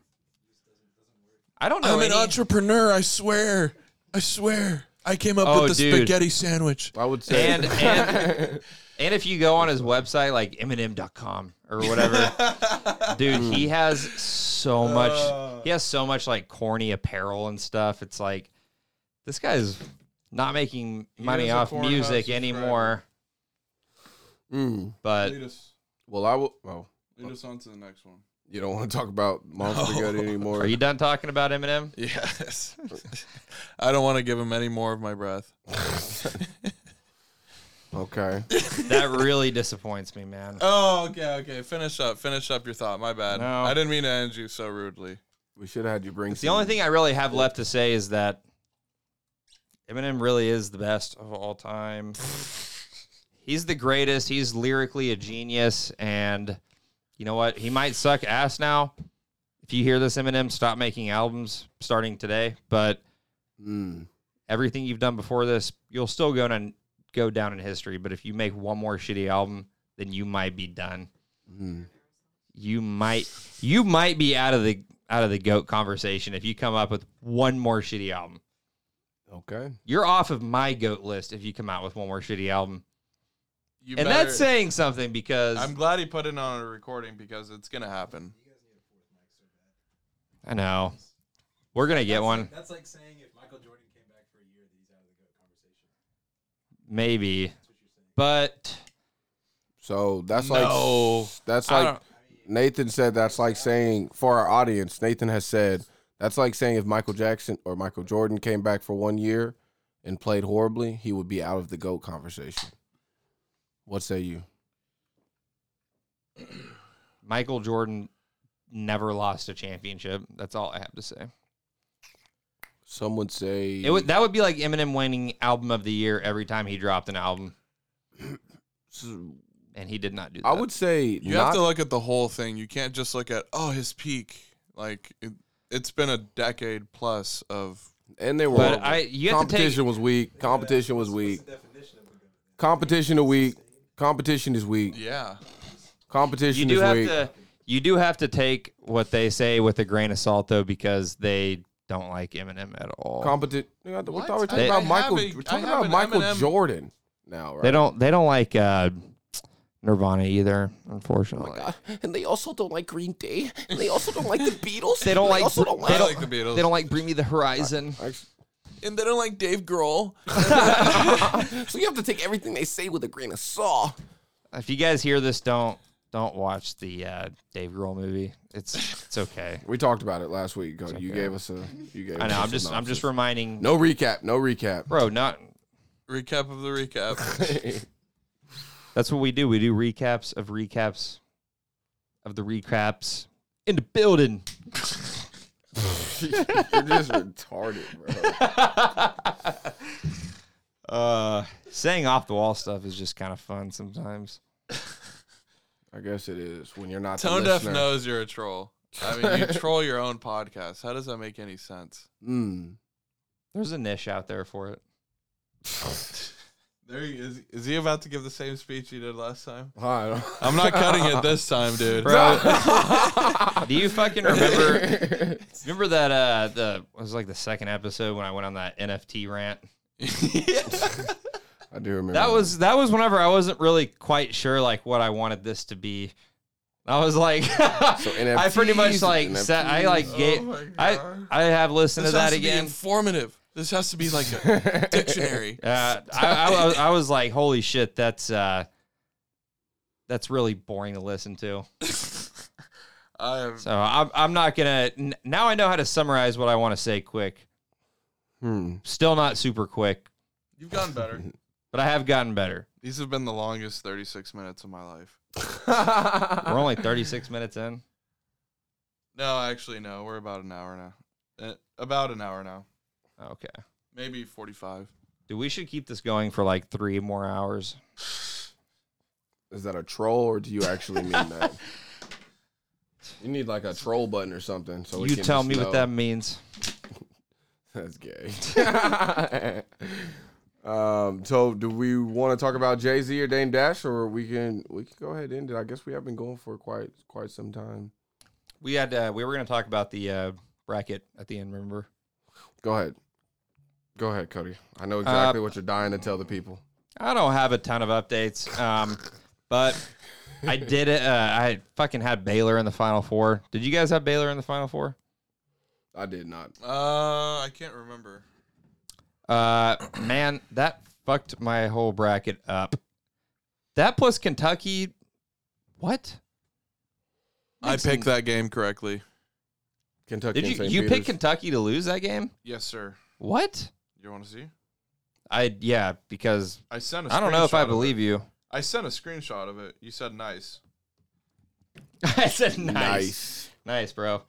[SPEAKER 3] i don't know
[SPEAKER 1] I'm an
[SPEAKER 3] any-
[SPEAKER 1] entrepreneur, I swear. I swear. I came up
[SPEAKER 3] Oh,
[SPEAKER 1] with the
[SPEAKER 3] dude.
[SPEAKER 1] spaghetti sandwich.
[SPEAKER 2] I would say.
[SPEAKER 3] and and and if you go on his website like eminem.com or whatever dude he has so much he has so much like corny apparel and stuff it's like this guy's not making money
[SPEAKER 1] is a
[SPEAKER 3] off
[SPEAKER 1] Pornhub
[SPEAKER 3] music
[SPEAKER 1] subscriber.
[SPEAKER 3] anymore
[SPEAKER 2] Mm.
[SPEAKER 3] but
[SPEAKER 1] us.
[SPEAKER 2] well, I will. Well,
[SPEAKER 1] Lead us on to the next one.
[SPEAKER 2] you don't want to talk about monster spaghetti anymore.
[SPEAKER 3] are you done talking about eminem
[SPEAKER 1] Yes. I don't want to give him any more of my breath.
[SPEAKER 2] okay.
[SPEAKER 3] that really disappoints me man
[SPEAKER 1] Oh, okay, okay. Finish up. Finish up your thought. My bad.
[SPEAKER 3] No.
[SPEAKER 1] I didn't mean to end you so rudely.
[SPEAKER 2] We should have had you bring.
[SPEAKER 3] the only thing i really have left to say is that eminem really is the best of all time he's the greatest. He's lyrically a genius, and you know what? He might suck ass now. If you hear this, Eminem, stop making albums starting today. But
[SPEAKER 2] Mm.
[SPEAKER 3] everything you've done before this, you'll still go and go down in history. But if you make one more shitty album, then you might be done.
[SPEAKER 2] Mm.
[SPEAKER 3] You might you might be out of the out of the goat conversation if you come up with one more shitty album.
[SPEAKER 2] Okay.
[SPEAKER 3] You're off of my goat list if you come out with one more shitty album.
[SPEAKER 1] You
[SPEAKER 3] And
[SPEAKER 1] better-
[SPEAKER 3] that's saying something because
[SPEAKER 1] I'm glad he put it on a recording because it's gonna happen.
[SPEAKER 3] I know. We're gonna get one.
[SPEAKER 6] That's like saying if Michael Jordan came back for a year, that he's out of the goat conversation.
[SPEAKER 3] maybe. But
[SPEAKER 2] So that's
[SPEAKER 1] No.
[SPEAKER 2] like that's
[SPEAKER 1] I
[SPEAKER 2] like Nathan said. That's like saying for our audience. Nathan has said that's like saying if Michael Jackson or Michael Jordan came back for one year and played horribly, he would be out of the goat conversation. What say you?
[SPEAKER 3] Michael Jordan never lost a championship. That's all I have to say.
[SPEAKER 2] Some would say
[SPEAKER 3] It would that would be like Eminem winning album of the year every time he dropped an album, and he did not do that.
[SPEAKER 2] I would say
[SPEAKER 1] You
[SPEAKER 2] not,
[SPEAKER 1] have to look at the whole thing. You can't just look at oh his peak. Like it, it's been a decade plus of
[SPEAKER 2] and they were.
[SPEAKER 3] But
[SPEAKER 2] horrible.
[SPEAKER 3] I- you have to take-
[SPEAKER 2] competition was weak. Competition was weak.
[SPEAKER 6] Definition of the goat.
[SPEAKER 2] Competition a week. Competition is weak.
[SPEAKER 1] yeah.
[SPEAKER 2] Competition
[SPEAKER 3] You do
[SPEAKER 2] is
[SPEAKER 3] have
[SPEAKER 2] weak.
[SPEAKER 3] to you do have to take what they say with a grain of salt though because they don't like Eminem at all.
[SPEAKER 2] Competent. We got- We're
[SPEAKER 1] What?
[SPEAKER 2] talking, we're talking
[SPEAKER 1] I-
[SPEAKER 2] about
[SPEAKER 1] I
[SPEAKER 2] Michael.
[SPEAKER 1] have a-
[SPEAKER 2] we're
[SPEAKER 1] I
[SPEAKER 2] talking
[SPEAKER 1] have
[SPEAKER 2] about
[SPEAKER 1] an
[SPEAKER 2] Michael
[SPEAKER 1] M&M.
[SPEAKER 2] Jordan now, right?
[SPEAKER 3] They don't they don't like uh, Nirvana either, unfortunately.
[SPEAKER 2] Oh and they also don't like Green Day. And they also don't like the Beatles.
[SPEAKER 3] They don't like
[SPEAKER 2] also
[SPEAKER 3] Br-
[SPEAKER 2] don't
[SPEAKER 1] I
[SPEAKER 2] like-
[SPEAKER 1] like the Beatles.
[SPEAKER 3] They don't like Bring Me the Horizon.
[SPEAKER 1] and they don't like Dave Grohl.
[SPEAKER 2] so you have to take everything they say with a grain of salt.
[SPEAKER 3] If you guys hear this, don't don't watch the uh, Dave Grohl movie. It's it's okay.
[SPEAKER 2] We talked about it last week. You gave us a. You gave.
[SPEAKER 3] I
[SPEAKER 2] us
[SPEAKER 3] know.
[SPEAKER 2] a
[SPEAKER 3] I'm just I'm just
[SPEAKER 2] synopsis.
[SPEAKER 3] reminding.
[SPEAKER 2] No recap. No recap.
[SPEAKER 3] bro, not.
[SPEAKER 1] Recap of the recap.
[SPEAKER 3] That's what we do. We do recaps of recaps of the recaps in the building.
[SPEAKER 2] You're just retarded, bro.
[SPEAKER 3] Uh, saying off the wall stuff is just kind of fun sometimes.
[SPEAKER 2] I guess it is when you're not
[SPEAKER 1] Tone
[SPEAKER 2] the
[SPEAKER 1] Deaf
[SPEAKER 2] listener.
[SPEAKER 1] knows you're a troll. I mean, you troll your own podcast. How does that make any sense?
[SPEAKER 2] Mm.
[SPEAKER 3] There's a niche out there for it.
[SPEAKER 1] There he is. Is he about to give the same speech he did last time?
[SPEAKER 2] I don't-
[SPEAKER 1] I'm not cutting it this time, dude.
[SPEAKER 3] Bro, do you fucking remember? Remember that uh, the it was like the second episode when I went on that NFT rant.
[SPEAKER 2] I do remember
[SPEAKER 3] That was that was whenever I wasn't really quite sure like what I wanted this to be. I was like, I pretty much
[SPEAKER 2] NFTs,
[SPEAKER 3] like set, I like gave,
[SPEAKER 1] Oh my
[SPEAKER 3] I
[SPEAKER 1] God.
[SPEAKER 3] I have listened
[SPEAKER 1] This
[SPEAKER 3] to
[SPEAKER 1] has
[SPEAKER 3] that
[SPEAKER 1] to be
[SPEAKER 3] again.
[SPEAKER 1] informative. This has to be like a dictionary.
[SPEAKER 3] Uh, I, I, was- I was like, holy shit, that's uh, that's really boring to listen to.
[SPEAKER 1] I am.
[SPEAKER 3] So I'm I'm not gonna. N- now I know how to summarize what I want to say quick.
[SPEAKER 2] Hmm.
[SPEAKER 3] Still not super quick,
[SPEAKER 1] You've gotten better.
[SPEAKER 3] but I have gotten better.
[SPEAKER 1] These have been the longest 36 minutes of my life. Uh,
[SPEAKER 3] We're only 36 minutes in.
[SPEAKER 1] No, actually, no. We're about an hour now. Uh, about an hour now.
[SPEAKER 3] Okay,
[SPEAKER 1] Maybe 45.
[SPEAKER 3] dude, we should keep this going for like three more hours.
[SPEAKER 2] Is that a troll or do you actually mean that? You need like a troll button or something. So we
[SPEAKER 3] you
[SPEAKER 2] can
[SPEAKER 3] tell
[SPEAKER 2] just
[SPEAKER 3] me
[SPEAKER 2] know.
[SPEAKER 3] what that means.
[SPEAKER 2] That's gay. um. So do we want to talk about Jay Z or Dame Dash, or we can we can go ahead and end it? I guess we have been going for quite quite some time.
[SPEAKER 3] We had uh, we were gonna talk about the uh, bracket at the end. Remember?
[SPEAKER 2] Go ahead. Go ahead, Cody. I know
[SPEAKER 3] Uh,
[SPEAKER 2] exactly what you're dying to tell the people.
[SPEAKER 3] I don't have a ton of updates, um, but I did it. Uh, I fucking had Baylor in the final four. Did you guys have Baylor in the final four?
[SPEAKER 2] I did not.
[SPEAKER 1] Uh, I can't remember.
[SPEAKER 3] Uh, man, that fucked my whole bracket up. That plus Kentucky, what?
[SPEAKER 1] I picked that game correctly.
[SPEAKER 2] Kentucky.
[SPEAKER 3] Did
[SPEAKER 2] and
[SPEAKER 3] you
[SPEAKER 2] St.
[SPEAKER 3] you pick
[SPEAKER 2] Peter's.
[SPEAKER 3] Kentucky to lose that game?
[SPEAKER 1] Yes, sir.
[SPEAKER 3] What?
[SPEAKER 1] You want to see?
[SPEAKER 3] I yeah because
[SPEAKER 1] I sent. a
[SPEAKER 3] I don't know if I
[SPEAKER 1] screenshot of
[SPEAKER 3] believe
[SPEAKER 1] it.
[SPEAKER 3] you.
[SPEAKER 1] I sent a screenshot of it. You said nice.
[SPEAKER 3] I said nice,
[SPEAKER 2] Nice.
[SPEAKER 3] nice, bro.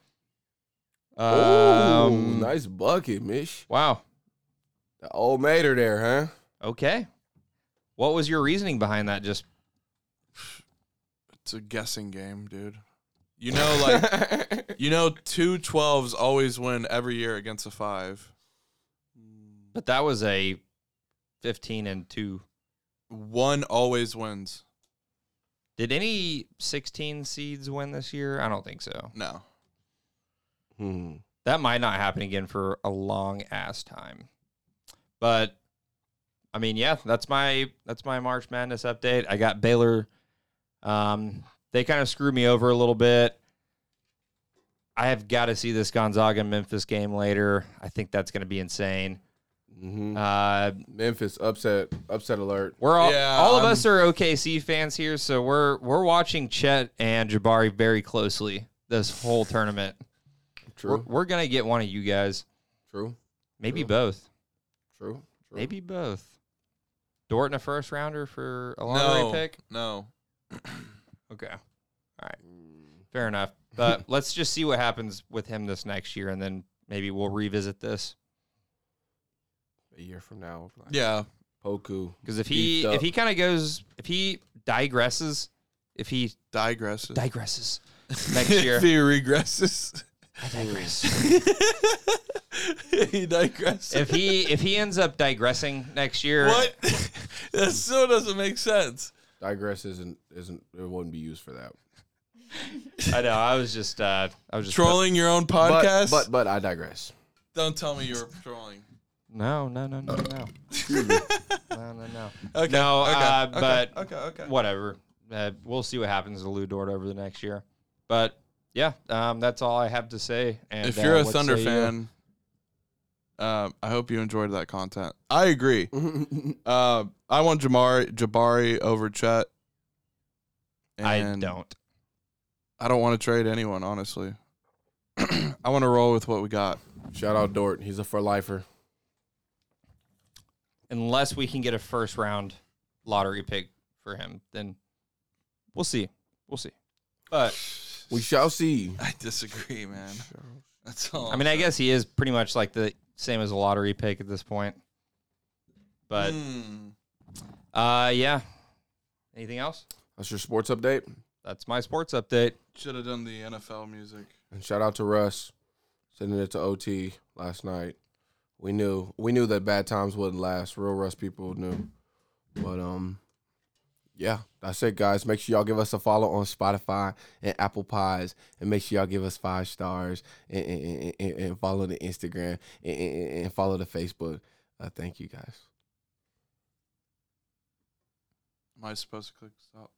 [SPEAKER 2] Oh,
[SPEAKER 3] Um,
[SPEAKER 2] nice bucket, Mish.
[SPEAKER 3] Wow.
[SPEAKER 2] The old mater there, huh?
[SPEAKER 3] Okay. What was your reasoning behind that? Just
[SPEAKER 1] It's a guessing game, dude. You know, like you know, two 12s always win every year against a five.
[SPEAKER 3] but that was a fifteen and two.
[SPEAKER 1] One always wins.
[SPEAKER 3] Did any sixteen seeds win this year? I don't think so.
[SPEAKER 1] No,
[SPEAKER 2] Hmm.
[SPEAKER 3] That might not happen again for a long ass time. But I mean, yeah, that's my that's my March Madness update. I got Baylor. Um, they kind of screwed me over a little bit. I have got to see this Gonzaga Memphis game later. I think that's going to be insane.
[SPEAKER 2] Mhm.
[SPEAKER 3] Uh,
[SPEAKER 2] Memphis upset upset alert.
[SPEAKER 3] We're all
[SPEAKER 1] Yeah,
[SPEAKER 3] all of
[SPEAKER 2] um,
[SPEAKER 1] I'm-
[SPEAKER 3] us are OKC fans here, so we're we're watching Chet and Jabari very closely this whole tournament. We're,
[SPEAKER 2] True.
[SPEAKER 3] we're gonna get one of you guys,
[SPEAKER 2] True.
[SPEAKER 3] maybe
[SPEAKER 2] True.
[SPEAKER 3] both,
[SPEAKER 2] True. True.
[SPEAKER 3] maybe both. Dort in a first rounder for a lottery
[SPEAKER 1] no,
[SPEAKER 3] pick.
[SPEAKER 1] no.
[SPEAKER 3] Okay, all right, fair enough. But let's just see what happens with him this next year, and then maybe we'll revisit this.
[SPEAKER 2] A year from now. Like
[SPEAKER 1] Yeah,
[SPEAKER 2] Poku.
[SPEAKER 3] Because if he
[SPEAKER 2] Beefed up.
[SPEAKER 3] if he kind of goes if he digresses, if he
[SPEAKER 1] digresses.
[SPEAKER 3] digresses next year,
[SPEAKER 1] if he regresses.
[SPEAKER 3] I digress.
[SPEAKER 1] he digresses.
[SPEAKER 3] if he if he ends up digressing next year,
[SPEAKER 1] what? that still doesn't make sense.
[SPEAKER 2] Digress isn't isn't it wouldn't be used for that.
[SPEAKER 3] I know. I was just, uh, I was just
[SPEAKER 1] Trolling your own
[SPEAKER 2] But-
[SPEAKER 1] podcast?
[SPEAKER 2] But but, I digress.
[SPEAKER 1] Don't tell me you were trolling.
[SPEAKER 3] No, no, no, no, no, no, no, no.
[SPEAKER 1] Okay.
[SPEAKER 3] No,
[SPEAKER 1] okay,
[SPEAKER 3] uh,
[SPEAKER 1] okay,
[SPEAKER 3] but
[SPEAKER 1] okay, okay.
[SPEAKER 3] whatever. Uh, we'll see what happens to Lou Dort over the next year. But yeah, um, that's all I have to say. And
[SPEAKER 1] if
[SPEAKER 3] uh,
[SPEAKER 1] you're a
[SPEAKER 3] what say
[SPEAKER 1] Thunder
[SPEAKER 3] you?
[SPEAKER 1] fan, uh, I hope you enjoyed that content. I agree. uh, I want Jamari Jabari over Chet.
[SPEAKER 3] I
[SPEAKER 1] And
[SPEAKER 3] don't.
[SPEAKER 1] I don't want to trade anyone, honestly. I want to roll with what we got.
[SPEAKER 2] Shout out Dort. He's a for lifer.
[SPEAKER 3] Unless we can get a first round lottery pick for him, then we'll see. We'll see. But
[SPEAKER 2] We shall see.
[SPEAKER 1] I disagree, man. That's all.
[SPEAKER 3] I mean, I guess he is pretty much like the same as a lottery pick at this point. But
[SPEAKER 1] Mm. Hmm.
[SPEAKER 3] uh, yeah. Anything else?
[SPEAKER 2] That's your sports update.
[SPEAKER 3] That's my sports update.
[SPEAKER 1] should have done the NFL music.
[SPEAKER 2] And shout out to Russ sending it to OT last night. We knew we knew that bad times wouldn't last. Real Russ people knew. But um yeah, that's it guys. Make sure y'all give us a follow on Spotify and Apple Pies and make sure y'all give us five stars and and, and- and- and follow the Instagram and, and- and- and follow the Facebook. Uh, thank you guys.
[SPEAKER 1] Am I supposed to click stop?